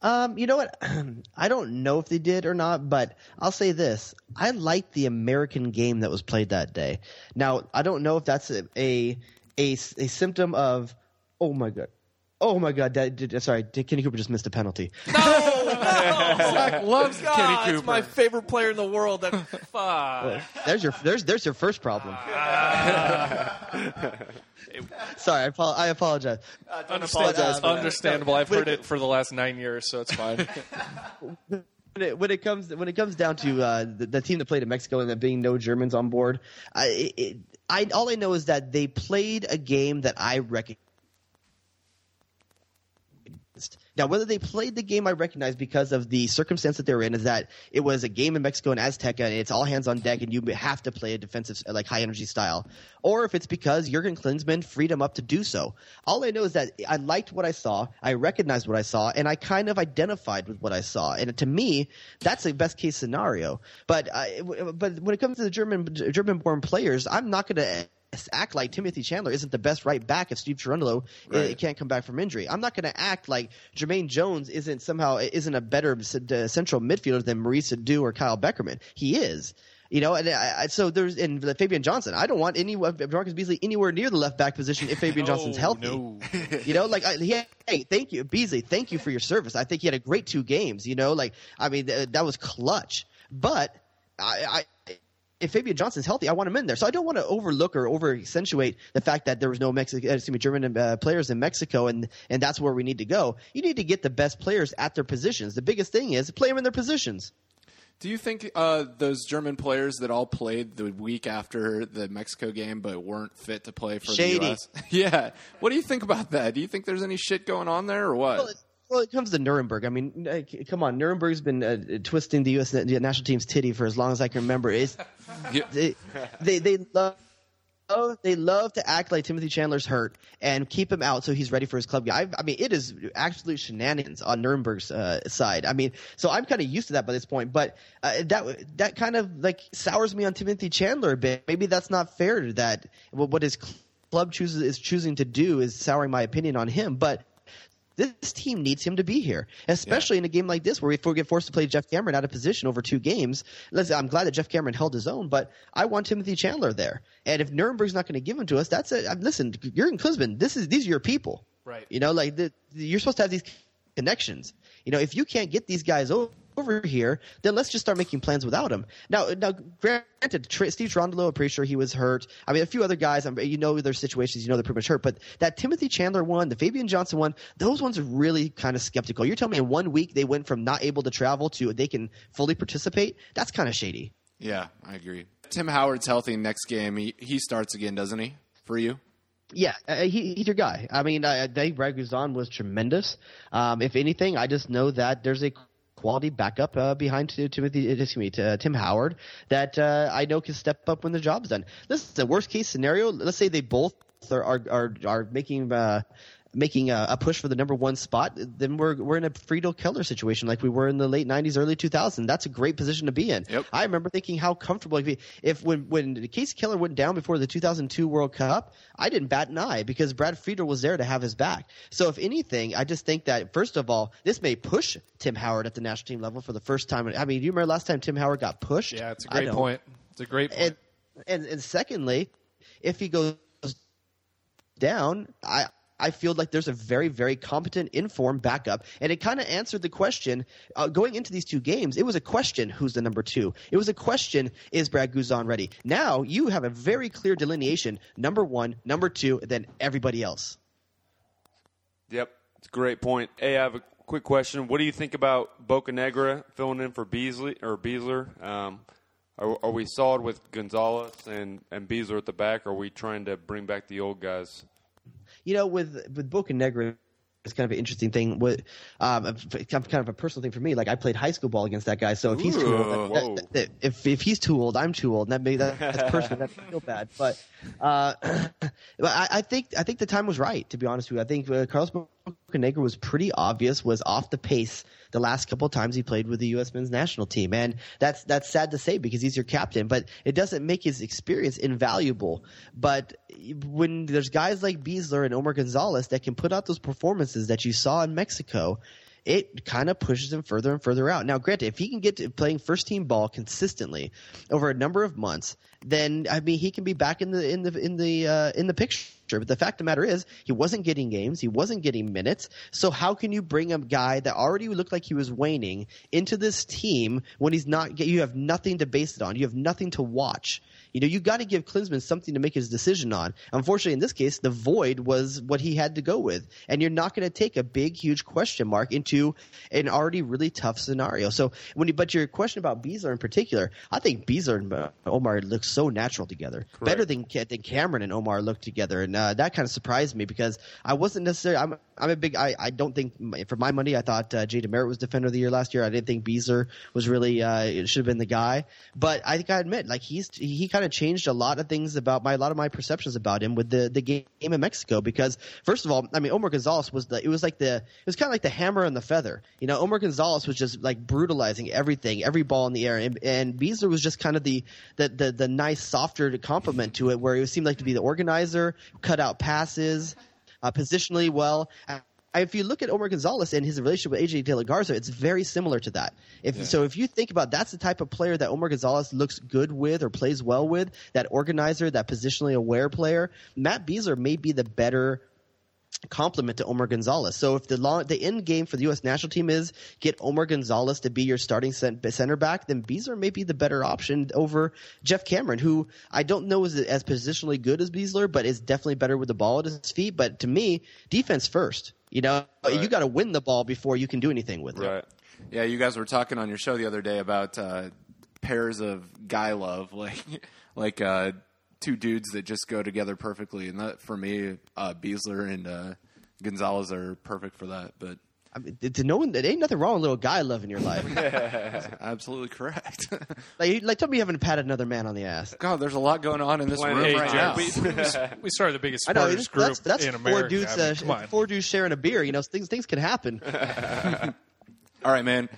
Speaker 5: Um, you know what? I don't know if they did or not, but I'll say this: I liked the American game that was played that day. Now, I don't know if that's a a a, a symptom of oh my god, oh my god, that, did, sorry, Kenny Cooper just missed a penalty.
Speaker 1: Zach
Speaker 5: Oh,
Speaker 1: loves Kenny Cooper. That's my favorite player in the world. That fuck.
Speaker 5: Uh, There's your there's there's your first problem. sorry, I, apo- I apologize. apologize for that.
Speaker 1: Understandable. I've heard it for the last nine years, so it's fine.
Speaker 5: when it, when it comes when it comes down to uh, the, the team that played in Mexico and there being no Germans on board, I, it- it, I all I know is that they played a game that I recognize. Now, whether they played the game I recognize because of the circumstance that they were in is that it was a game in Mexico and Azteca, and it's all hands on deck, and you have to play a defensive, like high energy style, or if it's because Jurgen Klinsmann freed him up to do so. All I know is that I liked what I saw, I recognized what I saw, and I kind of identified with what I saw, and to me, that's the best case scenario. But I, but when it comes to the German German born players, I'm not going to act like Timothy Chandler isn't the best right back if Steve Cherundolo uh, can't come back from injury. I'm not going to act like Jermaine Jones isn't somehow isn't a better s- uh, central midfielder than Maurice Adu or Kyle Beckerman. He is. You know, and I, I, so there's in Fabian Johnson. I don't want any Marcus Beasley anywhere near the left back position if Fabian Johnson's healthy. You know, like I, he had- hey, thank you, Beasley. Thank you for your service. I think he had a great two games. You know, like I mean, th- that was clutch. But I, I if Fabian Johnson's healthy, I want him in there. So I don't want to overlook or over accentuate the fact that there was no Mexican, excuse me, German uh, players in Mexico, and and that's where we need to go. You need to get the best players at their positions. The biggest thing is play them in their positions.
Speaker 2: Do you think uh, those German players that all played the week after the Mexico game but weren't fit to play for the
Speaker 5: Shady.
Speaker 2: U.S.? yeah. What do you think about that? Do you think there's any shit going on there or what?
Speaker 5: Well, it, well, it comes to Nuremberg. I mean, uh, c- come on, Nuremberg's been uh, twisting the U.S. na- national team's titty for as long as I can remember. It's,
Speaker 2: Yeah.
Speaker 5: they, they they love. Oh, they love to act like Timothy Chandler's hurt and keep him out so he's ready for his club game. I, I mean, it is absolute shenanigans on Nuremberg's uh, side. I mean, so I'm kind of used to that by this point, but uh, that that kind of like sours me on Timothy Chandler a bit. Maybe that's not fair that what what his club chooses is choosing to do is souring my opinion on him, but this team needs him to be here, especially in a game like this where if we get forced to play Jeff Cameron out of position over two games. Listen, I'm glad that Jeff Cameron held his own, but I want Timothy Chandler there. And if Nuremberg's not going to give him to us, that's it. I- Listen, you're in Klinsman. This is these are your people,
Speaker 1: Right.
Speaker 5: You know, like the, you're supposed to have these connections. You know, if you can't get these guys over. Over here, then let's just start making plans without him. Now, now, granted, Tr- Steve Trondolo, I'm pretty sure he was hurt. I mean, a few other guys, I'm, you know their situations, you know they're pretty much hurt. But that Timothy Chandler one, the Fabian Johnson one, those ones are really kind of skeptical. You're telling me in one week they went from not able to travel to they can fully participate? That's kind of shady.
Speaker 2: yeah, I agree. Tim Howard's healthy next game. He, he starts again, doesn't he? For you?
Speaker 5: Yeah, uh, he, he's your guy. I mean, uh, Dave Raguzan was tremendous. Um, if anything, I just know that there's a quality backup uh, behind to Timothy, excuse me, to, uh, Tim Howard that uh, I know can step up when the job's done. This is the worst case scenario. Let's say they both are are are, are making. Uh, Making a, a push for the number one spot, then we're we're in a Friedel Keller situation like we were in the late '90s, early 2000s. That's a great position to be in.
Speaker 2: Yep.
Speaker 5: I remember thinking how comfortable it'd be if when when Casey Keller went down before the 2002 World Cup, I didn't bat an eye because Brad Friedel was there to have his back. So if anything, I just think that first of all, this may push Tim Howard at the national team level for the first time. I mean, do you remember last time Tim Howard got pushed?
Speaker 1: Yeah, it's a
Speaker 5: I
Speaker 1: great
Speaker 5: don't.
Speaker 1: point. It's a great point.
Speaker 5: And and and secondly, if he goes down, I I feel like there's a very very competent informed backup, and it kind of answered the question uh, going into these two games. It was a question: who's the number two? It was a question: is Brad Guzan ready? Now you have a very clear delineation: number one, number two, and then everybody else.
Speaker 4: Yep, it's a great point. Hey, I have a quick question. What do you think about Bocanegra filling in for Beasley or Beasler? Um, are, are we solid with Gonzalez and and Beasler at the back? Or are we trying to bring back the old guys?
Speaker 5: you know, with with Boca Negra, it's kind of an interesting thing. With um, it's kind of kind of a personal thing for me. Like I played high school ball against that guy, so if he's too
Speaker 4: Ooh.
Speaker 5: old, that-
Speaker 4: Whoa.
Speaker 5: that- that- if if he's too old, I'm too old. And that may, that, that's personal. that I feel bad, but uh, but I, I think I think the time was right. To be honest with you, I think uh, Carlos Bocanegra was pretty obvious. Was off the pace the last couple of times he played with the U.S. men's national team, and that's that's sad to say because he's your captain. But it doesn't make his experience invaluable. But when there's guys like Beasler and Omar Gonzalez that can put out those performances that you saw in Mexico, it kind of pushes him further and further out. Now, granted, if he can get to playing first team ball consistently over a number of months, then I mean he can be back in the in the in the uh, in the picture. But the fact of the matter is, he wasn't getting games, he wasn't getting minutes. So how can you bring a guy that already looked like he was waning into this team when he's not? You have nothing to base it on. You have nothing to watch. You know, you got to give Klinsman something to make his decision on. Unfortunately, in this case, the void was what he had to go with, and you're not going to take a big, huge question mark into an already really tough scenario. So when you, but your question about Beasler in particular, I think Beasler and uh, Omar look so natural together, better than Ca- than Cameron and Omar look together, and uh, that kind of surprised me because I wasn't necessarily. I'm I'm a big. I, I don't think for my money, I thought uh, Jay Demerit was defender of the year last year. I didn't think Beasler was really uh, it should have been the guy, but I think I admit like he's he kind of changed a lot of things about my a lot of my perceptions about him with the the game in Mexico because first of all, I mean Omar Gonzalez was the it was like the it was kind of like the hammer and the feather. You know, Omar Gonzalez was just like brutalizing everything, every ball in the air, and, and Beasler was just kind of the the the, the nice softer complement to it, where he seemed like to be the organizer, cut out passes, uh, positionally well. I- If you look at Omar Gonzalez and his relationship with AJ De La Garza, it's very similar to that. If so, if you think about that's the type of player that Omar Gonzalez looks good with or plays well with, that organizer, that positionally aware player, Matt Beazer may be the better compliment to Omar Gonzalez. So if the long, the end game for the U.S. national team is get Omar Gonzalez to be your starting cent- center back, then Beazer may be the better option over Jeff Cameron, who I don't know is as positionally good as Beasler, but is definitely better with the ball at his feet. But to me, defense first. You know, you got to win the ball before you can do anything with it.
Speaker 4: Right.
Speaker 2: Yeah, you guys were talking on your show the other day about uh, pairs of guy love, like like uh, two dudes that just go together perfectly. And that for me, uh, Beasler and uh, Gonzalez are perfect for that. But
Speaker 5: I mean, to no one, there ain't nothing wrong with a little guy love in your life.
Speaker 2: absolutely correct.
Speaker 5: like, like, tell me you haven't patted another man on the ass.
Speaker 2: God, there's a lot going on in this
Speaker 4: Plenty.
Speaker 2: room
Speaker 4: Hey,
Speaker 2: right
Speaker 4: Jared,
Speaker 2: now.
Speaker 1: we, we started the biggest
Speaker 5: I know
Speaker 1: supporters
Speaker 5: it's-
Speaker 1: group
Speaker 5: that's, that's
Speaker 1: in
Speaker 5: four
Speaker 1: America.
Speaker 5: dudes,
Speaker 1: I mean,
Speaker 5: uh,
Speaker 1: come on.
Speaker 5: four dudes sharing a beer. You know, things things can happen.
Speaker 2: All right, man.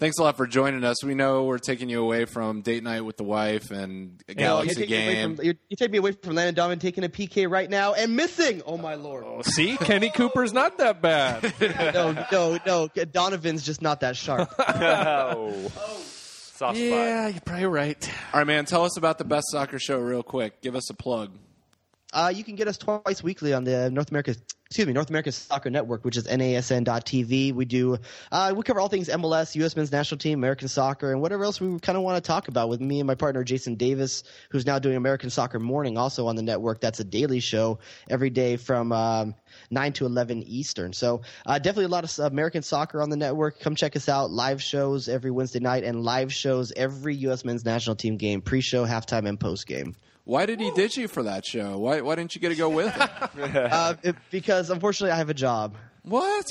Speaker 2: Thanks a lot for joining us. We know we're taking you away from date night with the wife and a
Speaker 5: No,
Speaker 2: Galaxy
Speaker 5: you take me away
Speaker 2: game.
Speaker 5: from- you- you take me away from Landon Donovan taking a PK right now and missing. Oh my lord!
Speaker 1: Oh, see, Kenny Cooper's not that bad.
Speaker 5: No, no, no. Donovan's just not that sharp.
Speaker 4: Oh, soft spot.
Speaker 1: you're probably right.
Speaker 2: All right, man. Tell us about the best soccer show real quick. Give us a plug.
Speaker 5: Uh, you can get us twice weekly on the North America, excuse me, North America Soccer Network, which is NASN.TV. We do, uh, we cover all things MLS, U.S. Men's National Team, American Soccer, and whatever else we kind of want to talk about with me and my partner Jason Davis, who's now doing American Soccer Morning, also on the network. That's a daily show every day from um, nine to eleven Eastern. So uh, definitely a lot of uh, American soccer on the network. Come check us out. Live shows every Wednesday night and live shows every U.S. Men's National Team game, pre-show, halftime, and post-game.
Speaker 2: Why did he ditch you for that show? Why why didn't you get to go with him?
Speaker 5: uh, it- because unfortunately I have a job.
Speaker 2: What?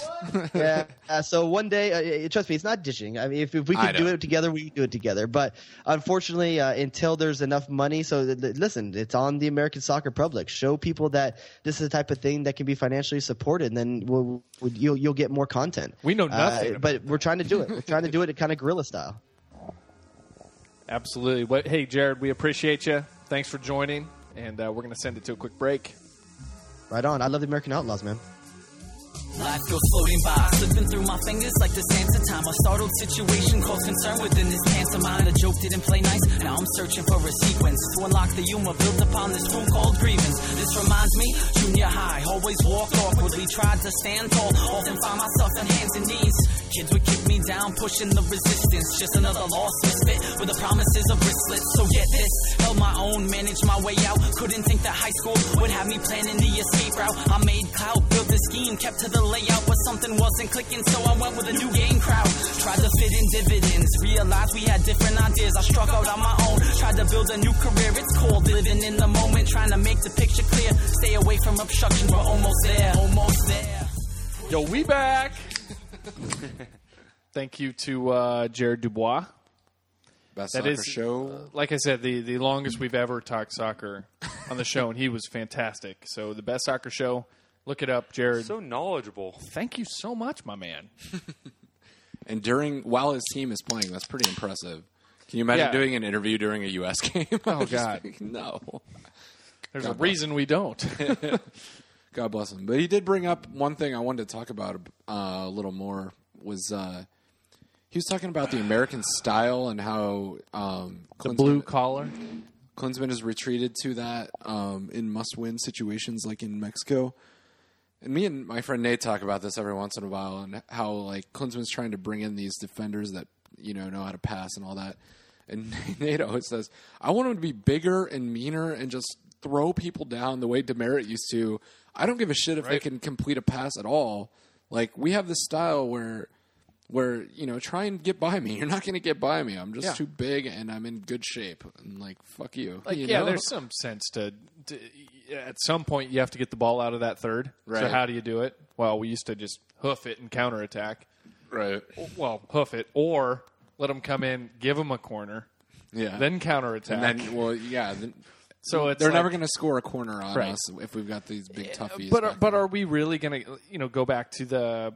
Speaker 5: yeah. Uh, so one day, uh, uh, trust me, it's not ditching. I mean, if, if we
Speaker 2: I
Speaker 5: could do
Speaker 2: know.
Speaker 5: it together, we could do it together. But unfortunately, uh, until there's enough money, so th- th- listen, it's on the American soccer public. Show people that this is the type of thing that can be financially supported, and then we'll, we'll, you'll you'll get more content.
Speaker 1: We know
Speaker 5: Uh,
Speaker 1: nothing about
Speaker 5: but we're trying to do it. We're trying to do it kind of guerrilla style.
Speaker 1: Absolutely. But hey, Jared, we appreciate you. Thanks for joining, and uh, we're going to send it to a quick break.
Speaker 5: Right on. I love the American Outlaws, man.
Speaker 6: Life goes floating by, slipping through my fingers like the sands of time. A startled situation caused concern within this pants of mine. A joke didn't play nice, now I'm searching for a sequence to unlock the humor built upon this room called grievance. This reminds me, junior high, always walked awkwardly, tried to stand tall, often find myself on hands and knees. Kids would kick me down, pushing the resistance. Just another lost misfit with the promises of wristlets. So get this, held my own, managed my way out. Couldn't think that high school would have me planning the escape route. I made clout, built a scheme, kept to the layout, but something wasn't clicking, so I went with a new game crowd. Tried to fit in dividends, realized we had different ideas. I struck out on my own, tried to build a new career. It's called living in the moment, trying to make the picture clear. Stay away from obstruction, we're almost there, almost there.
Speaker 1: Yo, we back. Thank you to uh, Jared Dubois.
Speaker 2: Best
Speaker 1: That
Speaker 2: soccer
Speaker 1: is- uh,
Speaker 2: show.
Speaker 1: Like I said, the, the longest we've ever talked soccer on the show, and he was fantastic. So, the best soccer show. Look it up, Jared.
Speaker 4: So knowledgeable.
Speaker 1: Thank you so much, my man.
Speaker 2: and during while his team is playing, that's pretty impressive. Can you imagine
Speaker 1: Yeah.
Speaker 2: doing an interview during a U.S. game? Oh
Speaker 1: God.
Speaker 2: no!
Speaker 1: There's
Speaker 2: God
Speaker 1: a
Speaker 2: bless.
Speaker 1: reason we don't.
Speaker 2: God bless him. But he did bring up one thing I wanted to talk about uh, a little more was uh, he was talking about the American style and how um, Klinsmann-
Speaker 1: Blue collar.
Speaker 2: Klinsman has retreated to that um, in must-win situations like in Mexico. And me and my friend Nate talk about this every once in a while, and how like Klinsman's trying to bring in these defenders that you know know how to pass and all that. And Nate always says, "I want him to be bigger and meaner and just throw people down the way Demerit used to. I don't give a shit if they can complete a pass at all. Like we have this style where." Where you know, try and get by me. You're not going to get by me. I'm just
Speaker 1: Yeah.
Speaker 2: too big, and I'm in good shape. And like, fuck you.
Speaker 1: Like,
Speaker 2: you
Speaker 1: yeah,
Speaker 2: know?
Speaker 1: there's some sense to, to. At some point, you have to get the ball out of that third. So
Speaker 2: Right.
Speaker 1: how do you do it? Well, we used to just hoof it and counterattack.
Speaker 2: right.
Speaker 1: Well, hoof it or let them come in, give them a corner,
Speaker 2: Yeah.
Speaker 1: then counterattack.
Speaker 2: and then well, yeah. Then,
Speaker 1: so it's
Speaker 2: they're
Speaker 1: like-
Speaker 2: never going to score a corner on
Speaker 1: Right.
Speaker 2: us if we've got these big toughies.
Speaker 1: But are,
Speaker 2: back
Speaker 1: but
Speaker 2: there.
Speaker 1: are we really going to you know go back to the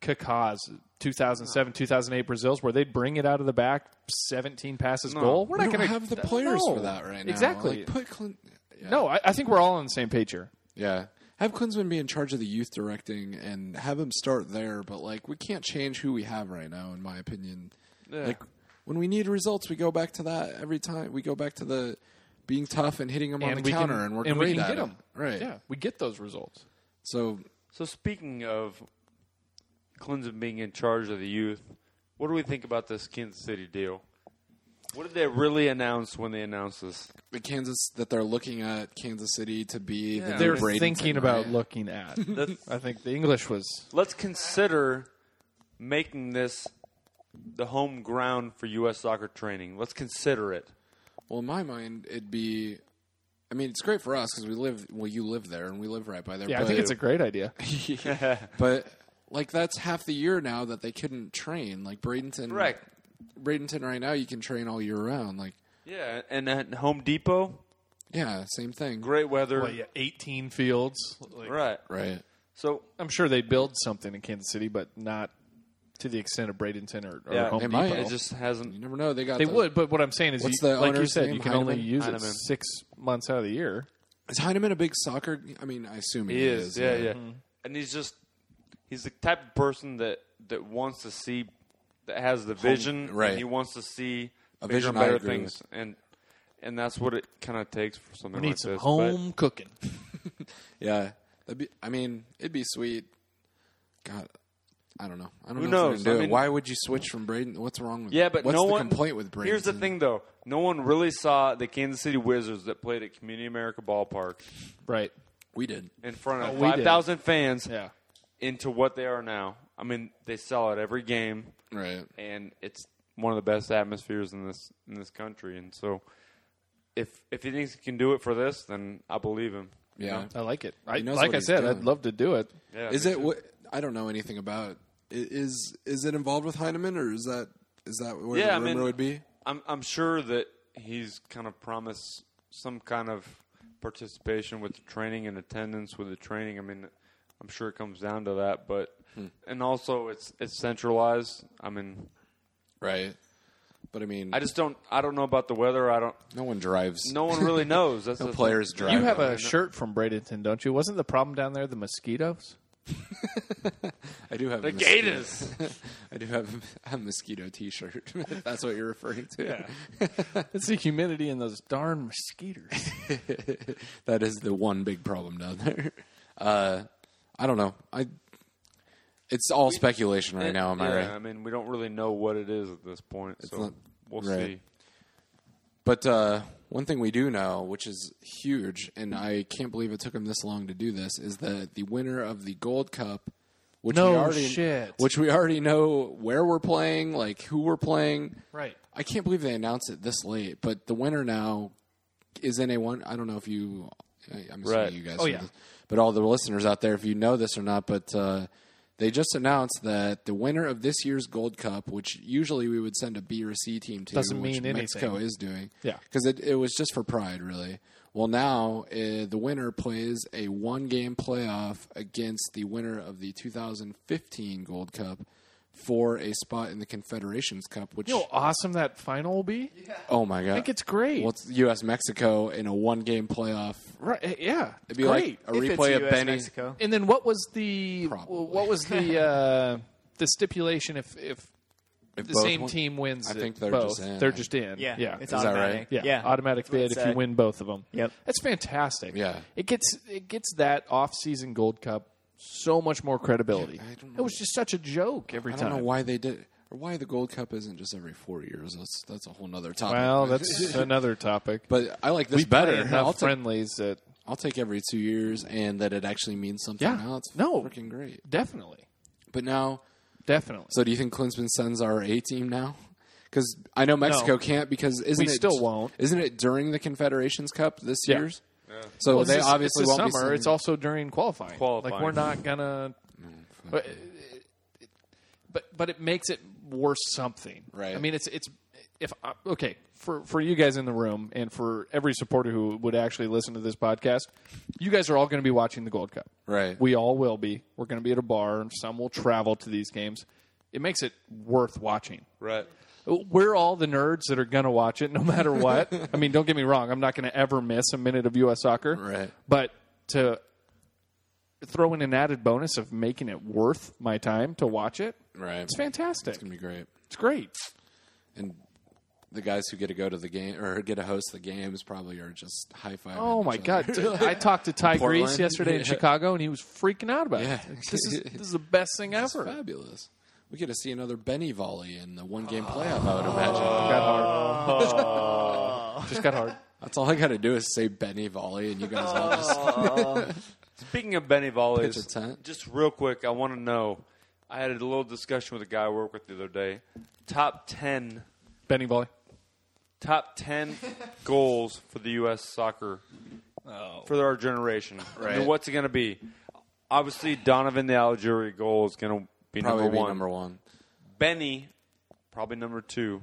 Speaker 1: Kakas 2007 2008 Brazils where they'd bring it out of the back 17 passes goal? We're
Speaker 2: we
Speaker 1: not
Speaker 2: don't
Speaker 1: going to
Speaker 2: have the players
Speaker 1: no.
Speaker 2: for that right now.
Speaker 1: Exactly.
Speaker 2: Like, put Clin- yeah.
Speaker 1: No, I, I think we're all on the same page here.
Speaker 2: Yeah. Have Klinsman be in charge of the youth directing and have him start there. But like, we can't change who we have right now, in my opinion. Like, when we need results, we go back to that every time. We go back to the being tough and hitting them on the
Speaker 1: we
Speaker 2: counter,
Speaker 1: can,
Speaker 2: and we're
Speaker 1: and
Speaker 2: great
Speaker 1: we can
Speaker 2: at
Speaker 1: get
Speaker 2: it.
Speaker 1: them
Speaker 2: Right.
Speaker 1: Yeah, we get those results.
Speaker 2: So
Speaker 4: So speaking of Clemson being in charge of the youth, what do we think about this Kansas City deal? What did they really announce when they announced this?
Speaker 2: the Kansas that they're looking at Kansas City to be. The new
Speaker 1: They're
Speaker 2: Bradenton,
Speaker 1: thinking about
Speaker 2: right?
Speaker 1: looking at.
Speaker 4: That's-
Speaker 1: I think the English was
Speaker 4: Let's consider making this the home ground for U.S. soccer training. Let's consider it.
Speaker 2: Well, in my mind, it'd be. I mean, it's great for us because we live. Well, you live there, and we live right by there.
Speaker 1: Yeah,
Speaker 2: but,
Speaker 1: I think it's a great idea.
Speaker 2: But like, that's half the year now that they couldn't train. Like Bradenton,
Speaker 4: Right.
Speaker 2: Bradenton, right now you can train all year round. Like,
Speaker 4: Yeah, and at Home Depot,
Speaker 2: yeah, same thing.
Speaker 4: great weather.
Speaker 1: Well, yeah, 18 fields. Like,
Speaker 4: Right.
Speaker 2: Right.
Speaker 4: So
Speaker 1: I'm sure they build something in Kansas City, but not to the extent of Bradenton or, or
Speaker 4: Yeah,
Speaker 1: Home
Speaker 4: they
Speaker 1: Depot.
Speaker 2: might.
Speaker 4: it
Speaker 2: Well,
Speaker 4: just
Speaker 2: You
Speaker 4: hasn't.
Speaker 2: never know. They got
Speaker 1: They
Speaker 2: the-
Speaker 1: would, but what I'm saying is,
Speaker 2: What's
Speaker 1: you,
Speaker 2: the
Speaker 1: like you
Speaker 2: owner's
Speaker 1: said,
Speaker 2: name?
Speaker 1: you can only
Speaker 2: Heineman?
Speaker 1: use it
Speaker 4: Heineman.
Speaker 1: six months out of the year.
Speaker 2: Is Heineman a big soccer? I mean, I assume he, Mm-hmm.
Speaker 4: He is. Yeah, yeah. And he's just he's the type of person that that wants to see that has the vision. and
Speaker 2: right.
Speaker 4: he wants to see
Speaker 2: A
Speaker 4: bigger
Speaker 2: vision,
Speaker 4: and
Speaker 2: I
Speaker 4: better
Speaker 2: agree
Speaker 4: things, and and that's what it kind of takes for something
Speaker 1: We need
Speaker 4: like
Speaker 1: some
Speaker 4: this. But
Speaker 1: home cooking.
Speaker 2: Yeah. That'd be. I mean, it'd be sweet. God. I don't know. I don't
Speaker 4: Who
Speaker 2: know. if
Speaker 4: knows?
Speaker 2: they're gonna
Speaker 4: I
Speaker 2: do it.
Speaker 4: mean-
Speaker 2: Why would you switch from Braden? What's wrong with?
Speaker 4: Yeah, but
Speaker 2: what's
Speaker 4: no
Speaker 2: the
Speaker 4: one.
Speaker 2: complaint with Bradenton?
Speaker 4: Here's the thing, though. No one really saw the Kansas City Wizards that played at Community America Ballpark
Speaker 1: Right.
Speaker 2: We did.
Speaker 4: in front
Speaker 1: Oh,
Speaker 4: of
Speaker 1: we did.
Speaker 4: five thousand fans
Speaker 1: Yeah.
Speaker 4: into what they are now. I mean, they sell it every game.
Speaker 2: Right.
Speaker 4: and it's one of the best atmospheres in this in this country. And so, if if he thinks he can do it for this, then I believe him.
Speaker 2: Yeah.
Speaker 1: I like it. I,
Speaker 2: knows
Speaker 1: like
Speaker 2: what
Speaker 1: I
Speaker 2: he's
Speaker 1: said,
Speaker 2: doing.
Speaker 1: I'd love to do it.
Speaker 4: Yeah,
Speaker 2: Is
Speaker 4: me
Speaker 2: it?
Speaker 4: too.
Speaker 2: What, I don't know anything about. I- Is is it involved with Heineman or is that is that where
Speaker 4: yeah, I
Speaker 2: the rumor
Speaker 4: mean,
Speaker 2: would be?
Speaker 4: I'm I'm sure that he's kind of promised some kind of participation with the training and attendance with the training. I mean, I'm sure it comes down to that, but
Speaker 2: Hmm.
Speaker 4: and also it's it's centralized. I mean,
Speaker 2: Right. But I mean,
Speaker 4: I just don't I don't know about the weather. I don't.
Speaker 2: no one drives.
Speaker 4: No one really knows. That's
Speaker 2: no
Speaker 4: the
Speaker 2: players drive.
Speaker 1: You have
Speaker 2: I
Speaker 1: a shirt from Bradenton, don't you? Wasn't the problem down there the mosquitoes?
Speaker 2: do have
Speaker 4: Thing. The Gators.
Speaker 2: I do have a mosquito T-shirt. if that's what you're referring to.
Speaker 1: It's the humidity and those darn mosquitoes.
Speaker 2: that is the one big problem down there. Uh, I don't know. I. It's all speculation right now. Am
Speaker 4: yeah,
Speaker 2: I right?
Speaker 4: I mean, we don't really know what it is at this point, so
Speaker 2: not-
Speaker 4: we'll
Speaker 2: right.
Speaker 4: see.
Speaker 2: But uh, one thing we do know, which is huge, and I can't believe it took him this long to do this, is that the winner of the Gold Cup, which
Speaker 1: No
Speaker 2: we already
Speaker 1: shit.
Speaker 2: which we already know where we're playing, like who we're playing.
Speaker 1: Right.
Speaker 2: I can't believe they announced it this late, but the winner now is in a one. I don't know if you, I- I'm assuming
Speaker 4: Right.
Speaker 2: you guys,
Speaker 1: Oh,
Speaker 2: know
Speaker 1: yeah.
Speaker 2: this, but all the listeners out there, if you know this or not, but uh, they just announced that the winner of this year's Gold Cup, which usually we would send a B or C team to,
Speaker 1: Doesn't
Speaker 2: which
Speaker 1: mean anything.
Speaker 2: Mexico is doing,
Speaker 1: Yeah.
Speaker 2: because it, it was just for pride, really. Well, now uh, the winner plays a one game playoff against the winner of the 2015 Gold Cup for a spot in the Confederations Cup, which
Speaker 1: You know how awesome that final will be?
Speaker 2: Oh my god!
Speaker 1: I think it's great.
Speaker 2: Well, it's U.S. Mexico in a one-game playoff.
Speaker 1: Right. eh, Yeah.
Speaker 2: It'd be
Speaker 1: great.
Speaker 2: like a
Speaker 3: If
Speaker 2: replay
Speaker 3: it's
Speaker 2: of
Speaker 3: US,
Speaker 2: Benny.
Speaker 3: Mexico.
Speaker 1: and then what was the
Speaker 2: Probably.
Speaker 1: what was the uh, the stipulation if if
Speaker 2: If
Speaker 1: the
Speaker 2: both
Speaker 1: same
Speaker 2: won-
Speaker 1: team wins?
Speaker 2: I
Speaker 1: it
Speaker 2: think they're
Speaker 1: both.
Speaker 2: just in.
Speaker 1: They're just in.
Speaker 3: Yeah,
Speaker 1: Yeah.
Speaker 3: It's
Speaker 2: Is that right?
Speaker 3: automatic.
Speaker 1: yeah.
Speaker 3: Yeah,
Speaker 1: Automatic
Speaker 3: That's what it
Speaker 1: bid if you
Speaker 3: said.
Speaker 1: win both of them.
Speaker 3: Yep.
Speaker 1: That's fantastic.
Speaker 2: Yeah.
Speaker 1: It gets it gets that off-season Gold Cup so much more credibility.
Speaker 2: I don't
Speaker 1: It was just such a joke every
Speaker 2: I
Speaker 1: time.
Speaker 2: don't know why they did, or why the Gold Cup isn't just every four years. That's that's a whole nother topic.
Speaker 1: Well, that's another topic.
Speaker 2: But I like this better.
Speaker 1: Play
Speaker 2: I'll,
Speaker 1: enough
Speaker 2: take,
Speaker 1: friendlies that
Speaker 2: I'll take every two years, and that it actually means something.
Speaker 1: Yeah.
Speaker 2: now it's
Speaker 1: No.
Speaker 2: freaking great.
Speaker 1: definitely,
Speaker 2: But now,
Speaker 1: definitely.
Speaker 2: so do you think Klinsman sends our A team now? Because I know Mexico can't. Because isn't
Speaker 1: We
Speaker 2: it
Speaker 1: still won't.
Speaker 2: Isn't it during the Confederations Cup this
Speaker 1: Yeah.
Speaker 2: year's? So
Speaker 1: Well,
Speaker 2: they
Speaker 1: it's-
Speaker 2: obviously
Speaker 1: it's
Speaker 2: won't
Speaker 1: the
Speaker 2: be.
Speaker 1: summer.
Speaker 2: sending-
Speaker 1: it's also during qualifying.
Speaker 4: Qualifying.
Speaker 1: Like we're not gonna.
Speaker 2: Mm,
Speaker 1: but, but but it makes it worth something,
Speaker 2: Right.
Speaker 1: I mean, it's it's if I, okay for for you guys in the room and for every supporter who would actually listen to this podcast, you guys are all going to be watching the Gold Cup,
Speaker 2: Right.
Speaker 1: We all will be. We're going to be at a bar, and some will travel to these games. It makes it worth watching.
Speaker 4: Right.
Speaker 1: We're all the nerds that are going to watch it no matter what. I mean, don't get me wrong. I'm not going to ever miss a minute of U.S. soccer.
Speaker 2: Right.
Speaker 1: But to throw in an added bonus of making it worth my time to watch it,
Speaker 2: right.
Speaker 1: it's fantastic.
Speaker 2: It's gonna be great.
Speaker 1: It's great.
Speaker 2: and the guys who get to go to the game or get to host the games probably are just high fiving.
Speaker 1: Oh, my God. dude, I talked to Ty
Speaker 2: Portland?
Speaker 1: Grease yesterday in
Speaker 2: Yeah.
Speaker 1: Chicago, and he was freaking out about
Speaker 2: Yeah.
Speaker 1: it. This is, this is the best thing ever.
Speaker 2: fabulous! We get to see another Benny volley in the one game playoff. I would
Speaker 4: Oh.
Speaker 2: imagine.
Speaker 1: Got hard. Just got hard.
Speaker 2: That's all I got to do is say Benny volley, and you guys all just
Speaker 4: Speaking of Benny volleys,
Speaker 2: Pitch a tent.
Speaker 4: just real quick, I want to know. I had a little discussion with a guy I work with the other day. Top ten,
Speaker 1: Benny Volley.
Speaker 4: top ten goals for the U.S. soccer for our generation. I mean,
Speaker 2: Right.
Speaker 4: what's it going to be? Obviously, Donovan the Algeria goal is going to be
Speaker 2: probably
Speaker 4: number
Speaker 2: be
Speaker 4: one.
Speaker 2: number one.
Speaker 4: Benny, probably number two.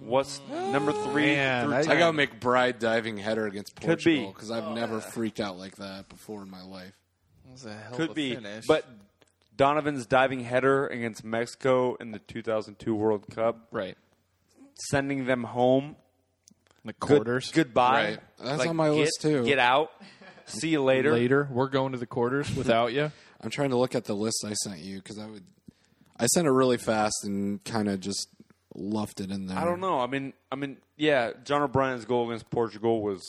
Speaker 4: What's number three?
Speaker 1: Man,
Speaker 4: through
Speaker 1: I-
Speaker 4: 10?
Speaker 2: I got McBride diving header against
Speaker 4: Could
Speaker 2: Portugal
Speaker 4: be.
Speaker 2: because I've never freaked out like that before in my life.
Speaker 4: could be, but Donovan's diving header against Mexico in the 2002 World Cup,
Speaker 1: Right.
Speaker 4: sending them home
Speaker 1: In the
Speaker 4: Good-
Speaker 1: quarters.
Speaker 4: goodbye.
Speaker 2: Right. That's on my
Speaker 4: get-
Speaker 2: list, too.
Speaker 4: Get out. See you later.
Speaker 1: Later, we're going to the quarters without you.
Speaker 2: I'm trying to look at the list I sent you because I would. I sent it really fast and kind of just luffed it in there.
Speaker 4: I don't know. I mean, I mean, yeah. John O'Brien's goal against Portugal was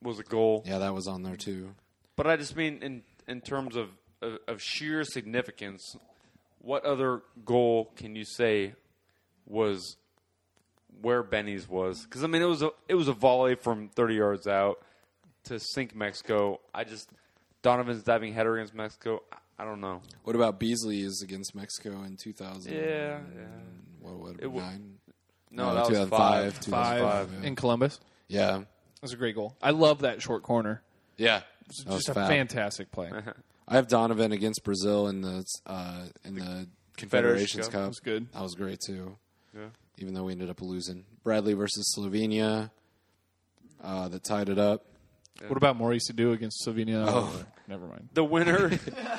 Speaker 4: was a goal,
Speaker 2: Yeah, that was on there too.
Speaker 4: but I just mean in in terms of, of of sheer significance. What other goal can you say was where Benny's was? Because I mean, it was a it was a volley from 30 yards out to sink Mexico. I just Donovan's diving header against Mexico. I, I don't know.
Speaker 2: What about Beasley's against Mexico in 2000?
Speaker 4: Yeah, yeah.
Speaker 2: What, what,
Speaker 4: It wa-
Speaker 2: nine?
Speaker 4: No,
Speaker 2: No,
Speaker 4: that was
Speaker 2: 2005,
Speaker 4: five.
Speaker 2: 2005, yeah.
Speaker 1: in Columbus.
Speaker 2: Yeah.
Speaker 1: That's a great goal. I love that short corner.
Speaker 2: Yeah. That was
Speaker 1: Just a
Speaker 2: foul.
Speaker 1: fantastic play.
Speaker 2: I I have Donovan against Brazil in the uh, in the Confederations
Speaker 4: Cup.
Speaker 2: Cup. That
Speaker 1: was good.
Speaker 2: That was great too.
Speaker 4: Yeah.
Speaker 2: Even though we ended up losing. Bradley versus Slovenia. Uh, that tied it up.
Speaker 1: What about Maurice Adu against Slovenia?
Speaker 2: Oh.
Speaker 1: Never mind.
Speaker 4: The winner.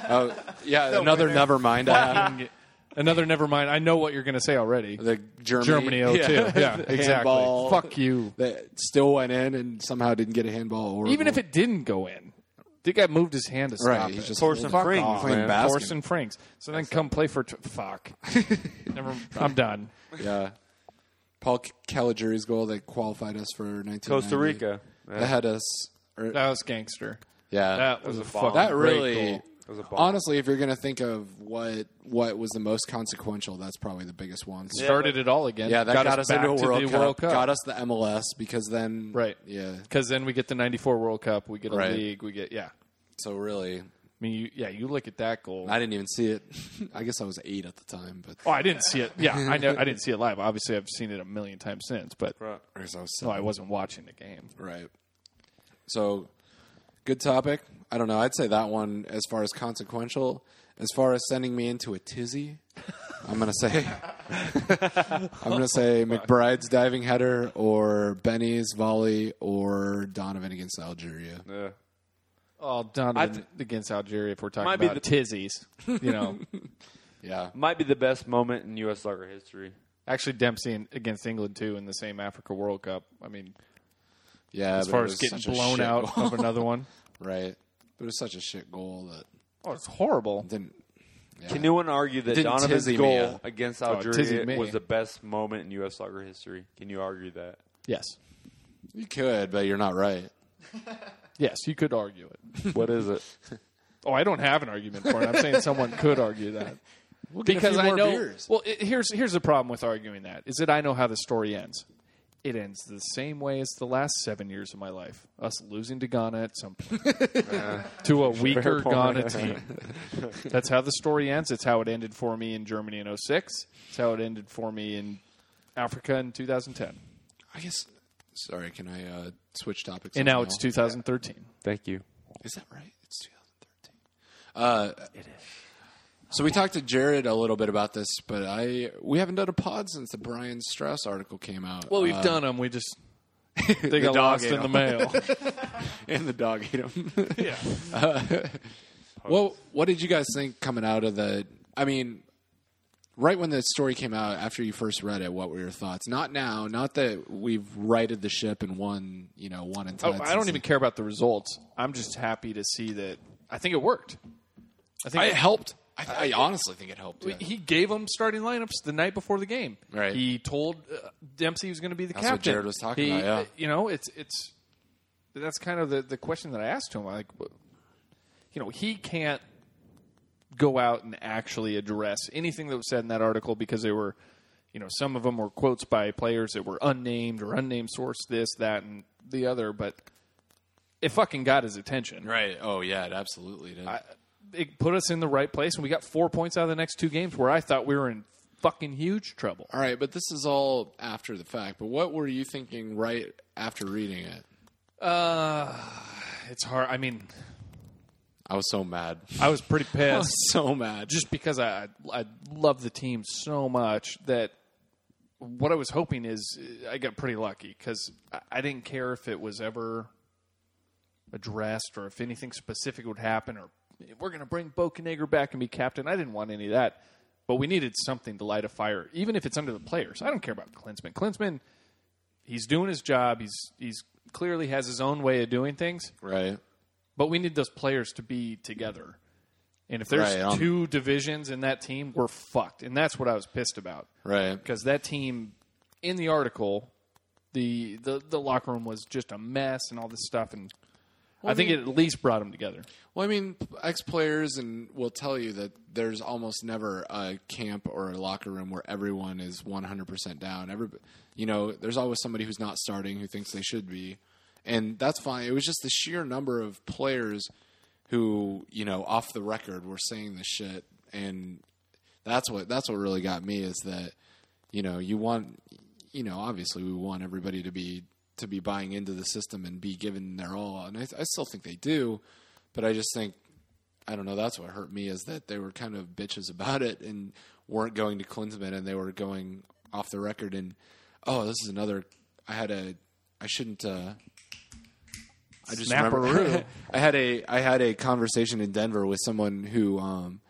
Speaker 2: Oh, yeah, another
Speaker 3: winner.
Speaker 2: never mind. I had.
Speaker 1: Another never mind. I know what you're going to say already.
Speaker 2: The Germany,
Speaker 1: Germany 02. Yeah, exactly.
Speaker 2: Handball.
Speaker 1: Fuck you.
Speaker 2: That still went in and somehow didn't get a handball. Or
Speaker 1: Even if it didn't go in, the guy moved his hand to stop
Speaker 2: right,
Speaker 1: it. Oh,
Speaker 2: he's just
Speaker 4: Torsten
Speaker 2: fuck
Speaker 4: Frings,
Speaker 2: off.
Speaker 4: man.
Speaker 2: playing basket.
Speaker 1: Orson Franks. So then come play for t- fuck. Never, I'm done.
Speaker 2: Yeah. Paul K- Caligiuri's goal that qualified us for 1990.
Speaker 4: Costa Rica. Yeah.
Speaker 2: That had us. or-
Speaker 1: That was gangster.
Speaker 2: yeah.
Speaker 1: That was a
Speaker 4: was a bomb.
Speaker 1: fucking
Speaker 2: That
Speaker 1: great
Speaker 2: really.
Speaker 1: goal.
Speaker 4: was a bomb.
Speaker 2: Honestly, if you're going to think of what what was the most consequential, that's probably the biggest one. Yeah,
Speaker 1: started it all again.
Speaker 2: that got, us,
Speaker 1: back
Speaker 2: into a
Speaker 1: to
Speaker 2: World,
Speaker 1: the
Speaker 2: Cup,
Speaker 1: World Cup.
Speaker 2: Got us the MLS because then.
Speaker 1: Right.
Speaker 2: Yeah.
Speaker 1: because then we get the '94 World Cup. We get a
Speaker 2: Right.
Speaker 1: league. We get yeah. I
Speaker 2: So really,
Speaker 1: mean, you, yeah, you look at that goal.
Speaker 2: I didn't even see it. I guess I was eight at the time, but
Speaker 1: oh, I didn't see it. Yeah, I know. I didn't see it live. Obviously, I've seen it a million times since, but
Speaker 4: Right.
Speaker 2: I guess I was
Speaker 1: no,
Speaker 2: seven.
Speaker 1: I wasn't watching the game.
Speaker 2: Right. So, good topic. I don't know. I'd say that one, as far as consequential, as far as sending me into a tizzy, I'm gonna say, I'm gonna say McBride's diving header or Benny's volley or Donovan against Algeria.
Speaker 4: Yeah.
Speaker 1: Oh,
Speaker 4: I
Speaker 1: Donovan
Speaker 4: th-
Speaker 1: against Algeria. If we're talking
Speaker 4: Might be
Speaker 1: about tizzies, you know,
Speaker 2: Yeah,
Speaker 4: Might be the best moment in U.S. soccer history.
Speaker 1: actually Dempsey in, against England too in the same Africa World Cup. I mean,
Speaker 2: yeah.
Speaker 1: as
Speaker 2: but
Speaker 1: far
Speaker 2: it
Speaker 1: as
Speaker 2: was
Speaker 1: getting
Speaker 2: such a
Speaker 1: blown
Speaker 2: shit
Speaker 1: out
Speaker 2: goal.
Speaker 1: of another one.
Speaker 2: right? But it was such a shit goal that
Speaker 1: Oh, it's horrible.
Speaker 2: didn't. Yeah.
Speaker 4: Can anyone argue that
Speaker 2: Didn't
Speaker 4: Donovan's
Speaker 2: tizzy me,
Speaker 4: goal
Speaker 2: uh,
Speaker 4: against
Speaker 1: it tizzied
Speaker 4: Algeria
Speaker 1: me.
Speaker 4: was the best moment in U.S. soccer history? Can you argue that?
Speaker 1: Yes,
Speaker 2: you could, but you're not right.
Speaker 1: yes, you could argue it.
Speaker 4: what is it?
Speaker 1: Oh, I don't have an argument for it. I'm saying someone could argue that.
Speaker 2: get a
Speaker 1: because
Speaker 2: few
Speaker 1: I
Speaker 2: more
Speaker 1: know.
Speaker 2: beers.
Speaker 1: Well, it, here's here's the problem with arguing that is that I know how the story ends. It ends the same way as the last seven years of my life. Us losing to Ghana at some point to a weaker
Speaker 4: point.
Speaker 1: Ghana team. That's how the story ends. It's how it ended for me in Germany in 06. It's how it ended for me in Africa in 2010.
Speaker 2: I guess. Sorry, can I uh, switch topics?
Speaker 1: And
Speaker 2: somehow?
Speaker 1: now it's 2013.
Speaker 4: Thank you.
Speaker 2: Is that right? It's 2013. Uh, it is. So we talked to Jared a little bit about this, but I we haven't done a pod since the Brian Strauss article came out.
Speaker 1: Well, we've
Speaker 2: uh,
Speaker 1: 'em. done them. We just they got
Speaker 2: dog
Speaker 1: lost
Speaker 2: ate
Speaker 1: in the
Speaker 2: 'em.
Speaker 1: mail.
Speaker 2: and the dog ate him. Uh,
Speaker 1: yeah.
Speaker 2: well, what did you guys think coming out of the? I mean, right when the story came out, after you first read it, what were your thoughts? Not now, not that we've righted the ship and won, you know, one and.
Speaker 1: Oh, I don't even care about the results. I'm just happy to see that. I think it worked. I think
Speaker 2: I
Speaker 1: it-
Speaker 2: helped. I, I honestly think it helped. yeah.
Speaker 1: he gave them starting lineups the night before the game.
Speaker 2: Right.
Speaker 1: He told uh, Dempsey he was going to be the
Speaker 2: That's what
Speaker 1: captain.
Speaker 2: Jared was talking
Speaker 1: He-
Speaker 2: about, yeah.
Speaker 1: uh, You know, it's it's that's kind of the the question that I asked him. Like, wh- you know, he can't go out and actually address anything that was said in that article because they were, you know, some of them were quotes by players that were unnamed or unnamed source this that and the other, but it fucking got his attention
Speaker 2: Right. Oh yeah, it absolutely did.
Speaker 1: it put us in the right place, and we got four points out of the next two games where I thought we were in fucking huge trouble.
Speaker 2: All right, but this is all after the fact. But what were you thinking right after reading it?
Speaker 1: Uh, it's hard. I mean,
Speaker 2: I was so mad.
Speaker 1: I was pretty
Speaker 2: I
Speaker 1: pissed
Speaker 2: was so mad.
Speaker 1: just because I I love the team so much that what I was hoping is uh, I got pretty lucky because I, I didn't care if it was ever addressed or if anything specific would happen or we're going to bring Bocanegra back and be captain. I didn't want any of that, but we needed something to light a fire, even if it's under the players. I don't care about Klinsman. Klinsman, he's doing his job. He's he's clearly has his own way of doing things
Speaker 2: right.
Speaker 1: but we need those players to be together. And if there's
Speaker 2: Right, um,
Speaker 1: two divisions in that team, we're fucked. And that's what I was pissed about
Speaker 2: Right.
Speaker 1: because that team in the article, the, the the locker room was just a mess and all this stuff. And I think
Speaker 2: mean-
Speaker 1: it at least brought them together.
Speaker 2: Well, I mean, ex players and will tell you that there's almost never a camp or a locker room where everyone is 100% down. Every, you know, there's always somebody who's not starting who thinks they should be, and that's fine. It was just the sheer number of players who, you know, off the record were saying this shit, and that's what that's what really got me is that, you know, you want, you know, obviously we want everybody to be to be buying into the system and be given their all, and I, I still think they do but I just think I don't know. That's what hurt me is that they were kind of bitches about it and weren't going to Klinsman and they were going off the record. And oh, this is another. I had a. I shouldn't. Uh, I just remember.
Speaker 1: Snapperoo.
Speaker 2: I had a. I had a conversation in Denver with someone who um,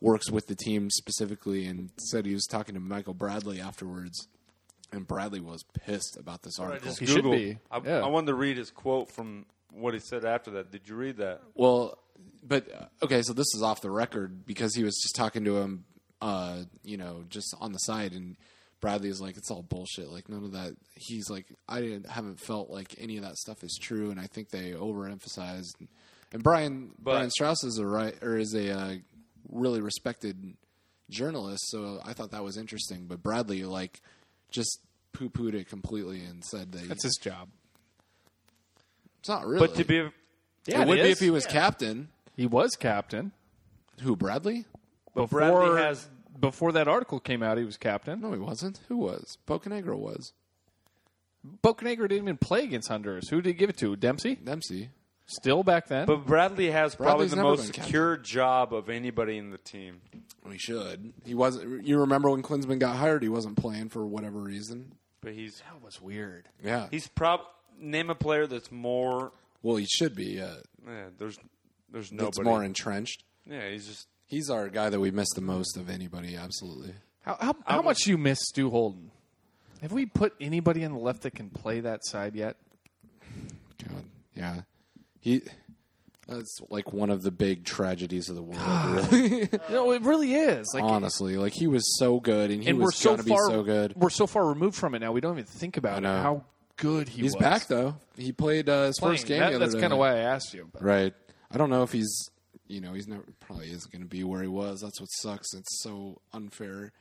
Speaker 2: works with the team specifically, and said he was talking to Michael Bradley afterwards, and Bradley was pissed about this
Speaker 1: I
Speaker 2: article.
Speaker 1: just- He should
Speaker 4: Google.
Speaker 1: be,
Speaker 4: I,
Speaker 1: yeah.
Speaker 4: I wanted to read his quote from what he said after that. Did you read that?
Speaker 2: Well, but uh, okay, so this is off the record because he was just talking to him, uh, you know, just on the side, and Bradley is like, "It's all bullshit. Like none of that." He's like, "I didn't, haven't felt like any of that stuff is true, and I think they overemphasized." And Brian Brian Strauss is a right or is a uh, really respected journalist, so I thought that was interesting. But Bradley like just poo pooed it completely and said that
Speaker 1: That's his job.
Speaker 2: it's not really.
Speaker 4: But to be,
Speaker 1: Yeah,
Speaker 2: it would be if he
Speaker 1: was
Speaker 2: was captain.
Speaker 1: he was captain
Speaker 2: Who Bradley?
Speaker 1: before
Speaker 4: Bradley has-
Speaker 1: before that article came out. He was captain.
Speaker 2: No, he wasn't. Who was? Bocanegra was.
Speaker 1: Bocanegra didn't even play against Honduras. Who did he give it to? Dempsey?
Speaker 2: Dempsey.
Speaker 1: Still back then.
Speaker 4: but Bradley has
Speaker 2: Bradley's
Speaker 4: probably the
Speaker 2: never
Speaker 4: most
Speaker 2: been captain.
Speaker 4: secure job of anybody in the team.
Speaker 2: We should. He wasn't. You remember when Klinsman got hired? He wasn't playing for whatever reason.
Speaker 4: But he's
Speaker 1: that was weird.
Speaker 2: Yeah.
Speaker 4: he's prob name a player that's more.
Speaker 2: well, he should be. Uh,
Speaker 4: Yeah, there's there's nobody.
Speaker 2: that's more entrenched.
Speaker 4: yeah, he's just
Speaker 2: He's our guy that we miss the most of anybody. Absolutely.
Speaker 1: How how, how much do you miss Stu Holden? Have we put anybody on the left that can play that side yet?
Speaker 2: God. Yeah. He. That's like one of the big tragedies of the world. really.
Speaker 1: No, it really is. Like,
Speaker 2: Honestly, like he was so good, and Oh, he
Speaker 1: and
Speaker 2: was
Speaker 1: we're so
Speaker 2: gonna
Speaker 1: far
Speaker 2: be so good.
Speaker 1: we're so far removed from it now. We don't even think about it.
Speaker 2: know.
Speaker 1: How good he
Speaker 2: He's
Speaker 1: was.
Speaker 2: back though. He played uh, his
Speaker 1: Playing.
Speaker 2: first game.
Speaker 1: That-
Speaker 2: the other
Speaker 1: that's
Speaker 2: day.
Speaker 1: kind of why I asked you. But
Speaker 2: Right. I don't know if he's, you know, he's never probably isn't going to be where he was. That's what sucks. It's so unfair.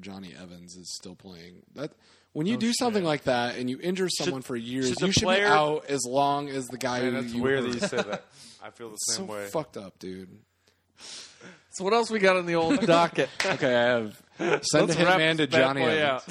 Speaker 2: Johnny Evans is still playing. That when you do something like that and you injure someone for years,
Speaker 4: Oh, should the
Speaker 2: you should
Speaker 4: player-
Speaker 2: be out as long as the guy
Speaker 4: man,
Speaker 2: who
Speaker 4: that's
Speaker 2: you
Speaker 4: weird that
Speaker 2: hurt.
Speaker 4: you said that. I feel the
Speaker 2: It's
Speaker 4: same
Speaker 2: so
Speaker 4: way.
Speaker 2: fucked up, dude.
Speaker 1: so what else we got on the old docket?
Speaker 2: Okay, I have send a hitman to Johnny Evans.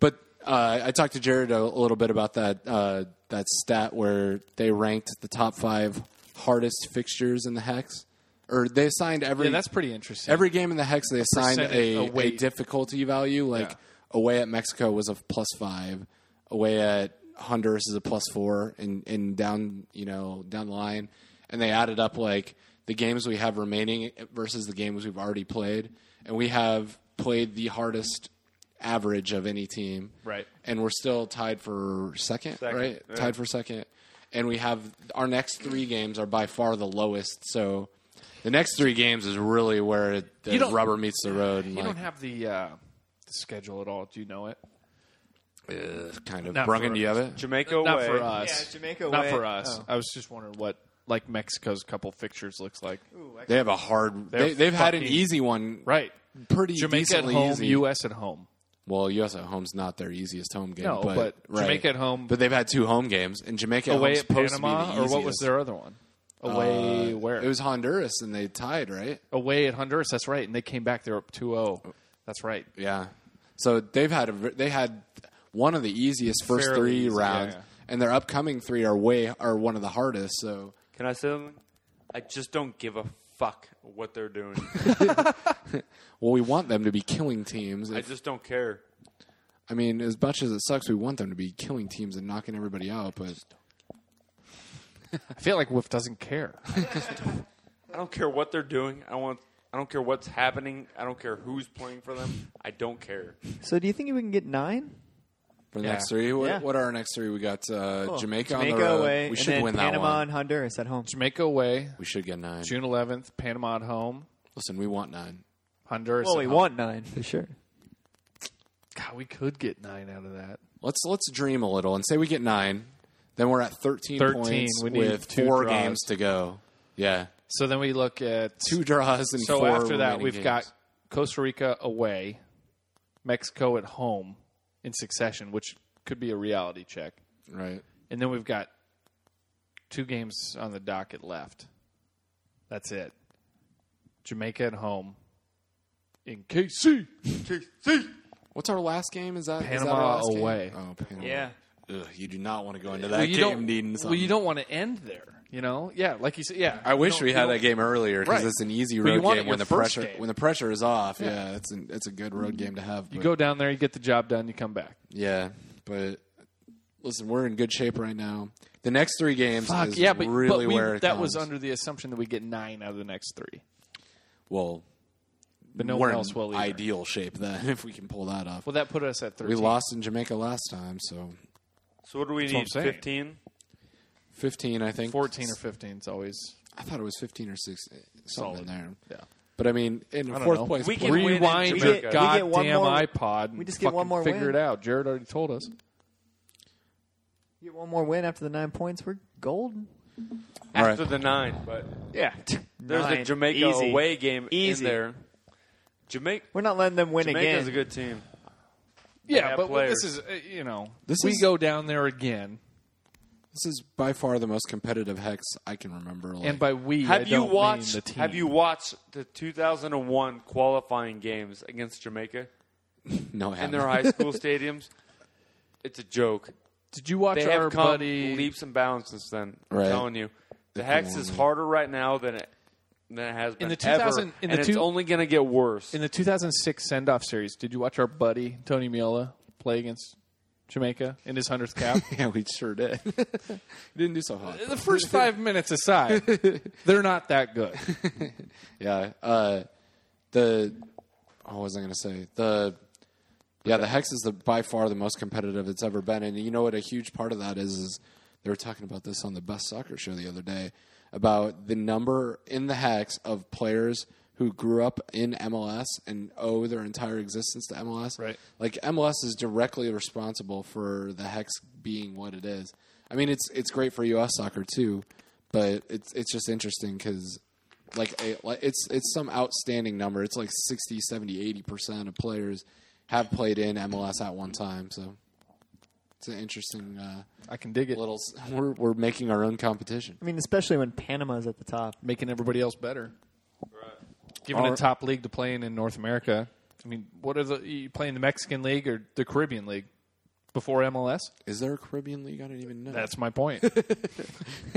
Speaker 2: But uh, I talked to Jared a, a little bit about that uh, that stat where they ranked the top five hardest fixtures in the hex, or they assigned every
Speaker 1: Yeah, that's pretty interesting.
Speaker 2: Every game in the hex, they assigned
Speaker 1: percentage,
Speaker 2: a,
Speaker 1: a
Speaker 2: a,
Speaker 1: weight.
Speaker 2: difficulty value. Like
Speaker 1: Yeah.
Speaker 2: away at Mexico was a plus five, away at Honduras is a plus four, and, and down you know down the line, and they added up like the games we have remaining versus the games we've already played, and we have played the hardest average of any team,
Speaker 1: Right.
Speaker 2: And we're still tied for second,
Speaker 4: Second,
Speaker 2: right?
Speaker 4: yeah.
Speaker 2: Tied for second. And we have our next three games are by far the lowest. So the next three games is really where it, the
Speaker 1: You don't-
Speaker 2: rubber meets the road. And
Speaker 1: you
Speaker 2: like,
Speaker 1: don't have the, uh, the schedule at all. Do you know it?
Speaker 2: Ugh, kind of.
Speaker 1: Not
Speaker 2: Brungan,
Speaker 1: for-
Speaker 2: do you have it?
Speaker 4: Jamaica
Speaker 1: Not
Speaker 4: away.
Speaker 1: for us.
Speaker 3: Yeah, Jamaica
Speaker 1: Not
Speaker 3: away.
Speaker 1: for us.
Speaker 3: Oh.
Speaker 1: I was just wondering what like Mexico's couple fixtures looks like.
Speaker 2: They have a hard.
Speaker 1: They're
Speaker 2: They, they've had an
Speaker 1: fucking-
Speaker 2: easy one,
Speaker 1: Right.
Speaker 2: Pretty
Speaker 1: Jamaica at
Speaker 2: decently
Speaker 1: home,
Speaker 2: easy.
Speaker 1: U.S. at home.
Speaker 2: Well, U.S. at home's not their easiest home game.
Speaker 1: No,
Speaker 2: but,
Speaker 1: but
Speaker 2: right.
Speaker 1: Jamaica at home-
Speaker 2: But they've had two home games, and Jamaica at
Speaker 1: away
Speaker 2: home's
Speaker 1: at
Speaker 2: supposed to be
Speaker 1: Panama,
Speaker 2: the
Speaker 1: or what was
Speaker 2: easiest.
Speaker 1: their other one? Away
Speaker 2: Uh,
Speaker 1: where?
Speaker 2: It was Honduras, and they tied, right?
Speaker 1: away at Honduras. That's right, and they came back. They're up 2-0. That's right.
Speaker 2: Yeah. So they've had a, ver- they had one of the easiest first
Speaker 1: Fairly
Speaker 2: three
Speaker 1: easy,
Speaker 2: rounds,
Speaker 1: yeah, yeah.
Speaker 2: and their upcoming three are way are one of the hardest. So
Speaker 4: Can I say something? I just don't give a fuck what they're doing.
Speaker 2: well, we want them to be killing teams.
Speaker 4: I
Speaker 2: If- I,
Speaker 4: just don't care.
Speaker 2: mean, as much as it sucks, we want them to be killing teams and knocking everybody out. But
Speaker 1: I feel like Whiff doesn't care.
Speaker 4: I don't care what they're doing. I want. I don't care what's happening. I don't care who's playing for them. I don't care.
Speaker 3: So do you think we can get nine?
Speaker 2: for the next three, what,
Speaker 3: Yeah.
Speaker 2: what are our next three? We got uh, Jamaica, on
Speaker 3: Jamaica
Speaker 2: the road.
Speaker 3: away.
Speaker 2: we
Speaker 3: and
Speaker 2: should
Speaker 3: then
Speaker 2: win that
Speaker 3: Panama
Speaker 2: one.
Speaker 3: and Honduras at home.
Speaker 1: Jamaica away,
Speaker 2: We should get nine.
Speaker 1: June 11th. Panama at home.
Speaker 2: Listen, we want nine.
Speaker 1: Honduras.
Speaker 3: Well,
Speaker 1: at
Speaker 3: we
Speaker 1: home.
Speaker 3: want nine for sure.
Speaker 1: God, we could get nine out of that.
Speaker 2: Let's let's dream a little and say we get nine. Then we're at thirteen,
Speaker 1: 13.
Speaker 2: points
Speaker 1: We need
Speaker 2: with
Speaker 1: two
Speaker 2: four
Speaker 1: draws.
Speaker 2: games to go. Yeah,
Speaker 1: So then we look at
Speaker 2: two draws and
Speaker 1: So
Speaker 2: four
Speaker 1: after that,
Speaker 2: remaining
Speaker 1: we've
Speaker 2: games.
Speaker 1: got Costa Rica away, Mexico at home in succession, which could be a reality check,
Speaker 2: right.
Speaker 1: and then we've got two games on the docket left. That's it. Jamaica at home in KC.
Speaker 2: What's our last game? Is that is that
Speaker 1: Panama
Speaker 2: our last game?
Speaker 1: away.
Speaker 2: Oh, Panama.
Speaker 3: Yeah.
Speaker 2: ugh, you do not want to go into that
Speaker 1: Well, you
Speaker 2: game
Speaker 1: don't,
Speaker 2: needing something.
Speaker 1: well, you don't want to end there. You know, yeah, like you said, yeah.
Speaker 2: I
Speaker 1: You
Speaker 2: wish
Speaker 1: don't-
Speaker 2: we
Speaker 1: you
Speaker 2: had
Speaker 1: don't-
Speaker 2: that game earlier because
Speaker 1: Right.
Speaker 2: it's an easy
Speaker 1: But you
Speaker 2: road
Speaker 1: want
Speaker 2: game
Speaker 1: it
Speaker 2: when the
Speaker 1: your first
Speaker 2: pressure
Speaker 1: game.
Speaker 2: when the pressure is off. Yeah, it's an, it's a good road game to have.
Speaker 1: You
Speaker 2: but-
Speaker 1: go down there, you get the job done, you come back.
Speaker 2: Yeah, but listen, we're in good shape right now. The next three games
Speaker 1: Fuck
Speaker 2: is
Speaker 1: yeah, but,
Speaker 2: really
Speaker 1: but we,
Speaker 2: where it
Speaker 1: that was
Speaker 2: comes.
Speaker 1: under the assumption that we get nine out of the next three.
Speaker 2: Well,
Speaker 1: But no
Speaker 2: we're
Speaker 1: one
Speaker 2: in
Speaker 1: else will either.
Speaker 2: ideal shape then if we can pull that off.
Speaker 1: Well, that put us at
Speaker 2: we
Speaker 1: thirteen.
Speaker 2: lost in Jamaica last time, so
Speaker 4: So what do we
Speaker 1: what
Speaker 4: need?
Speaker 1: I'm saying.
Speaker 4: Fifteen.
Speaker 2: 15, I think.
Speaker 1: fourteen or fifteen. It's always
Speaker 2: I thought it was 15 or 16, something
Speaker 1: Solid.
Speaker 2: in there.
Speaker 1: yeah.
Speaker 2: But I mean, in
Speaker 1: don't
Speaker 2: fourth
Speaker 1: know.
Speaker 2: place,
Speaker 4: We
Speaker 2: play-
Speaker 4: can win in
Speaker 1: Rewind
Speaker 4: Jamaica.
Speaker 1: your
Speaker 4: We get-
Speaker 3: we
Speaker 1: goddamn
Speaker 3: get one more-
Speaker 1: iPod. And
Speaker 3: we just get one
Speaker 1: fucking
Speaker 3: more
Speaker 1: Figure it
Speaker 3: win.
Speaker 1: out. Jared already told us.
Speaker 3: Get one more win after the nine points, we're golden.
Speaker 2: All right.
Speaker 4: After the nine, but
Speaker 3: Yeah,
Speaker 4: there's a Jamaica
Speaker 3: Easy.
Speaker 4: away game
Speaker 3: Easy.
Speaker 4: in there. Jamaica.
Speaker 3: We're not letting them win
Speaker 4: Jamaica's
Speaker 3: again.
Speaker 4: a good team.
Speaker 1: Yeah,
Speaker 4: have
Speaker 1: but
Speaker 4: players.
Speaker 1: this is uh, you know
Speaker 2: This
Speaker 1: we
Speaker 2: is-
Speaker 1: go down there again,
Speaker 2: this is by far the most competitive hex I can remember. Like,
Speaker 1: and by we I
Speaker 4: Have you
Speaker 1: don't mean
Speaker 4: watched?
Speaker 1: the team.
Speaker 4: Have you watched the 2001 qualifying games against Jamaica
Speaker 2: no, I
Speaker 4: in
Speaker 2: haven't.
Speaker 4: their high school stadiums? It's a joke.
Speaker 1: Did you watch
Speaker 4: They
Speaker 1: our
Speaker 4: have come
Speaker 1: buddy?
Speaker 4: leaps and bounds since then.
Speaker 2: Right.
Speaker 4: I'm telling you, the
Speaker 2: They've
Speaker 4: hex
Speaker 2: come a
Speaker 4: is
Speaker 2: long way.
Speaker 4: harder right now than it than it has been
Speaker 1: the
Speaker 4: ever,
Speaker 1: 2000 in
Speaker 4: and
Speaker 1: the
Speaker 4: it's
Speaker 1: two-
Speaker 4: only going to get worse.
Speaker 1: in the 2006 send off series, did you watch our buddy Tony Miola play against Jamaica in his 100th cap?
Speaker 2: yeah, we sure did. we didn't do so hot.
Speaker 1: the first five minutes aside, they're not that good.
Speaker 2: Yeah. Uh, the oh, what was I going to say? The yeah, the hex is the by far the most competitive it's ever been, and you know what? A huge part of that is is they were talking about this on the best soccer show the other day about the number in the hex of players who grew up in MLS and owe their entire existence to MLS.
Speaker 1: Right.
Speaker 2: Like MLS is directly responsible for the hex being what it is. I mean, it's it's great for U.S. soccer too, but it's it's just interesting because like a, like it's it's some outstanding number. It's like 60, 70, 80 percent of players have played in MLS at one time. So it's an interesting uh,
Speaker 1: I can dig it,
Speaker 2: little. s- We're we're making our own competition.
Speaker 3: I mean, especially when Panama's at the top.
Speaker 1: making everybody else better. Given a
Speaker 2: Our-
Speaker 1: top league to play in in North America, I mean, what are the you playing the Mexican League or the Caribbean League before MLS?
Speaker 2: Is there a Caribbean league? I don't even know.
Speaker 1: That's my point.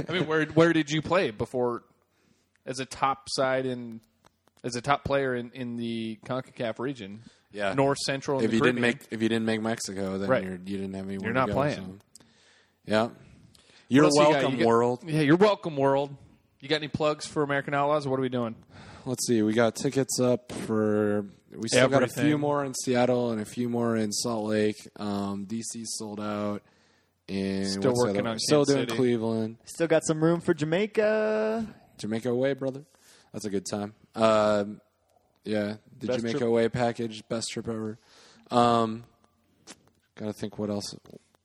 Speaker 1: I mean, where where did you play before as a top side in as a top player in, in the CONCACAF region?
Speaker 2: Yeah.
Speaker 1: North Central. And
Speaker 2: if
Speaker 1: the
Speaker 2: you didn't
Speaker 1: Caribbean.
Speaker 2: make if you didn't make Mexico, then
Speaker 1: Right.
Speaker 2: you're, you didn't have anywhere.
Speaker 1: You're not
Speaker 2: to go,
Speaker 1: playing.
Speaker 2: so. Yeah, you're
Speaker 1: else you got?
Speaker 2: welcome,
Speaker 1: You got-
Speaker 2: world.
Speaker 1: yeah, you're welcome, world. You got any plugs for American Outlaws? What are we doing?
Speaker 2: Let's see. We got tickets up for. We still got a few
Speaker 1: Everything.
Speaker 2: more in Seattle and a few more in Salt Lake. Um, DC's sold out. And
Speaker 1: Still
Speaker 2: what's the
Speaker 1: working
Speaker 2: other-
Speaker 1: on
Speaker 2: Still
Speaker 1: Kansas
Speaker 2: doing
Speaker 1: City.
Speaker 2: Cleveland.
Speaker 3: Still got some room for Jamaica.
Speaker 2: Jamaica Away, brother. That's a good time. Um, yeah, the
Speaker 4: Best
Speaker 2: Jamaica
Speaker 4: trip-
Speaker 2: Away package, best trip ever. Um, gotta think what else.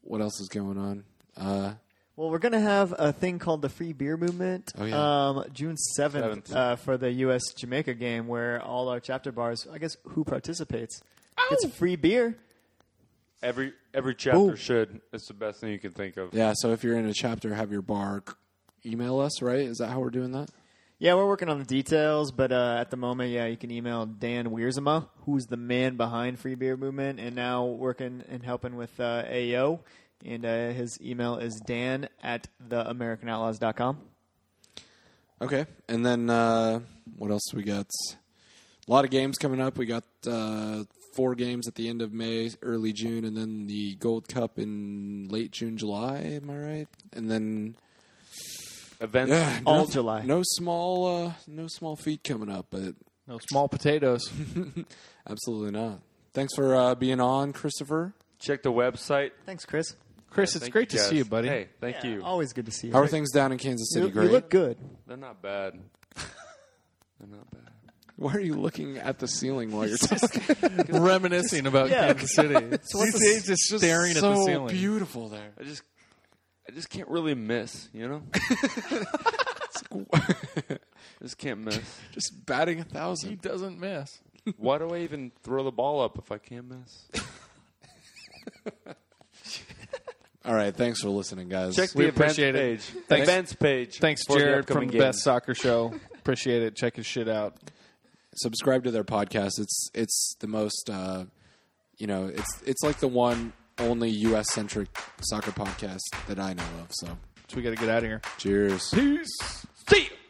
Speaker 2: What else is going on? Uh,
Speaker 3: Well, we're gonna have a thing called the Free Beer Movement,
Speaker 2: Oh, yeah.
Speaker 3: um, June seventh uh, for the U.S. Jamaica game, where all our chapter bars, I guess, who participates gets free beer.
Speaker 4: Every every chapter
Speaker 3: Boom.
Speaker 4: should. It's the best thing you can think of.
Speaker 2: yeah. So if you're in a chapter, have your bar c- email us. Right? Is that how we're doing that?
Speaker 3: Yeah, we're working on the details, but uh, at the moment, yeah, you can email Dan Wiersma, who's the man behind Free Beer Movement, and now working and helping with uh, AO. And uh, his email is dan at theamericanoutlaws.com.
Speaker 2: Okay, and then uh, what else we got? A lot of games coming up. We got uh, four games at the end of May, early June, and then the Gold Cup in late June, July. Am I right? And then
Speaker 4: Events.
Speaker 2: yeah,
Speaker 3: All
Speaker 2: no-
Speaker 3: July.
Speaker 2: No small, uh, no small feat coming up, but
Speaker 1: No small potatoes.
Speaker 2: absolutely not. Thanks for uh, being on, Christopher.
Speaker 4: Check the website.
Speaker 3: Thanks, Chris.
Speaker 1: Chris, it's
Speaker 4: Thank
Speaker 1: great
Speaker 4: you
Speaker 1: to see
Speaker 4: guys.
Speaker 1: you, buddy.
Speaker 4: Hey, thank
Speaker 3: Yeah, oh.
Speaker 4: you.
Speaker 3: Always good to see you.
Speaker 2: How are things down in Kansas
Speaker 3: you,
Speaker 2: City?
Speaker 3: you
Speaker 2: Great.
Speaker 3: look good.
Speaker 4: They're not bad. They're not bad.
Speaker 2: Why are you looking at the ceiling while you're talking?
Speaker 1: Reminiscing about
Speaker 3: Yeah.
Speaker 1: Kansas City.
Speaker 3: what's
Speaker 1: These days, just staring at the
Speaker 2: so
Speaker 1: ceiling.
Speaker 2: beautiful there.
Speaker 4: I just I just can't really miss, you know? just can't miss.
Speaker 2: Just batting a
Speaker 1: He
Speaker 2: thousand.
Speaker 1: doesn't miss.
Speaker 4: Why do I even throw the ball up if I can't miss?
Speaker 2: All right. Thanks for listening, guys.
Speaker 4: Check
Speaker 1: We
Speaker 4: the events
Speaker 1: appreciate it.
Speaker 4: page.
Speaker 1: Thanks.
Speaker 4: Events page.
Speaker 1: Thanks,
Speaker 4: for the
Speaker 1: Jared, from
Speaker 4: upcoming
Speaker 1: the
Speaker 4: games.
Speaker 1: Best Soccer Show. Appreciate it. Check his shit out.
Speaker 2: subscribe to their podcast. It's it's the most uh, you know, it's it's like the one only U.S. centric soccer podcast that I know of. So,
Speaker 1: So we got to get out of here.
Speaker 2: cheers.
Speaker 1: Peace. See you.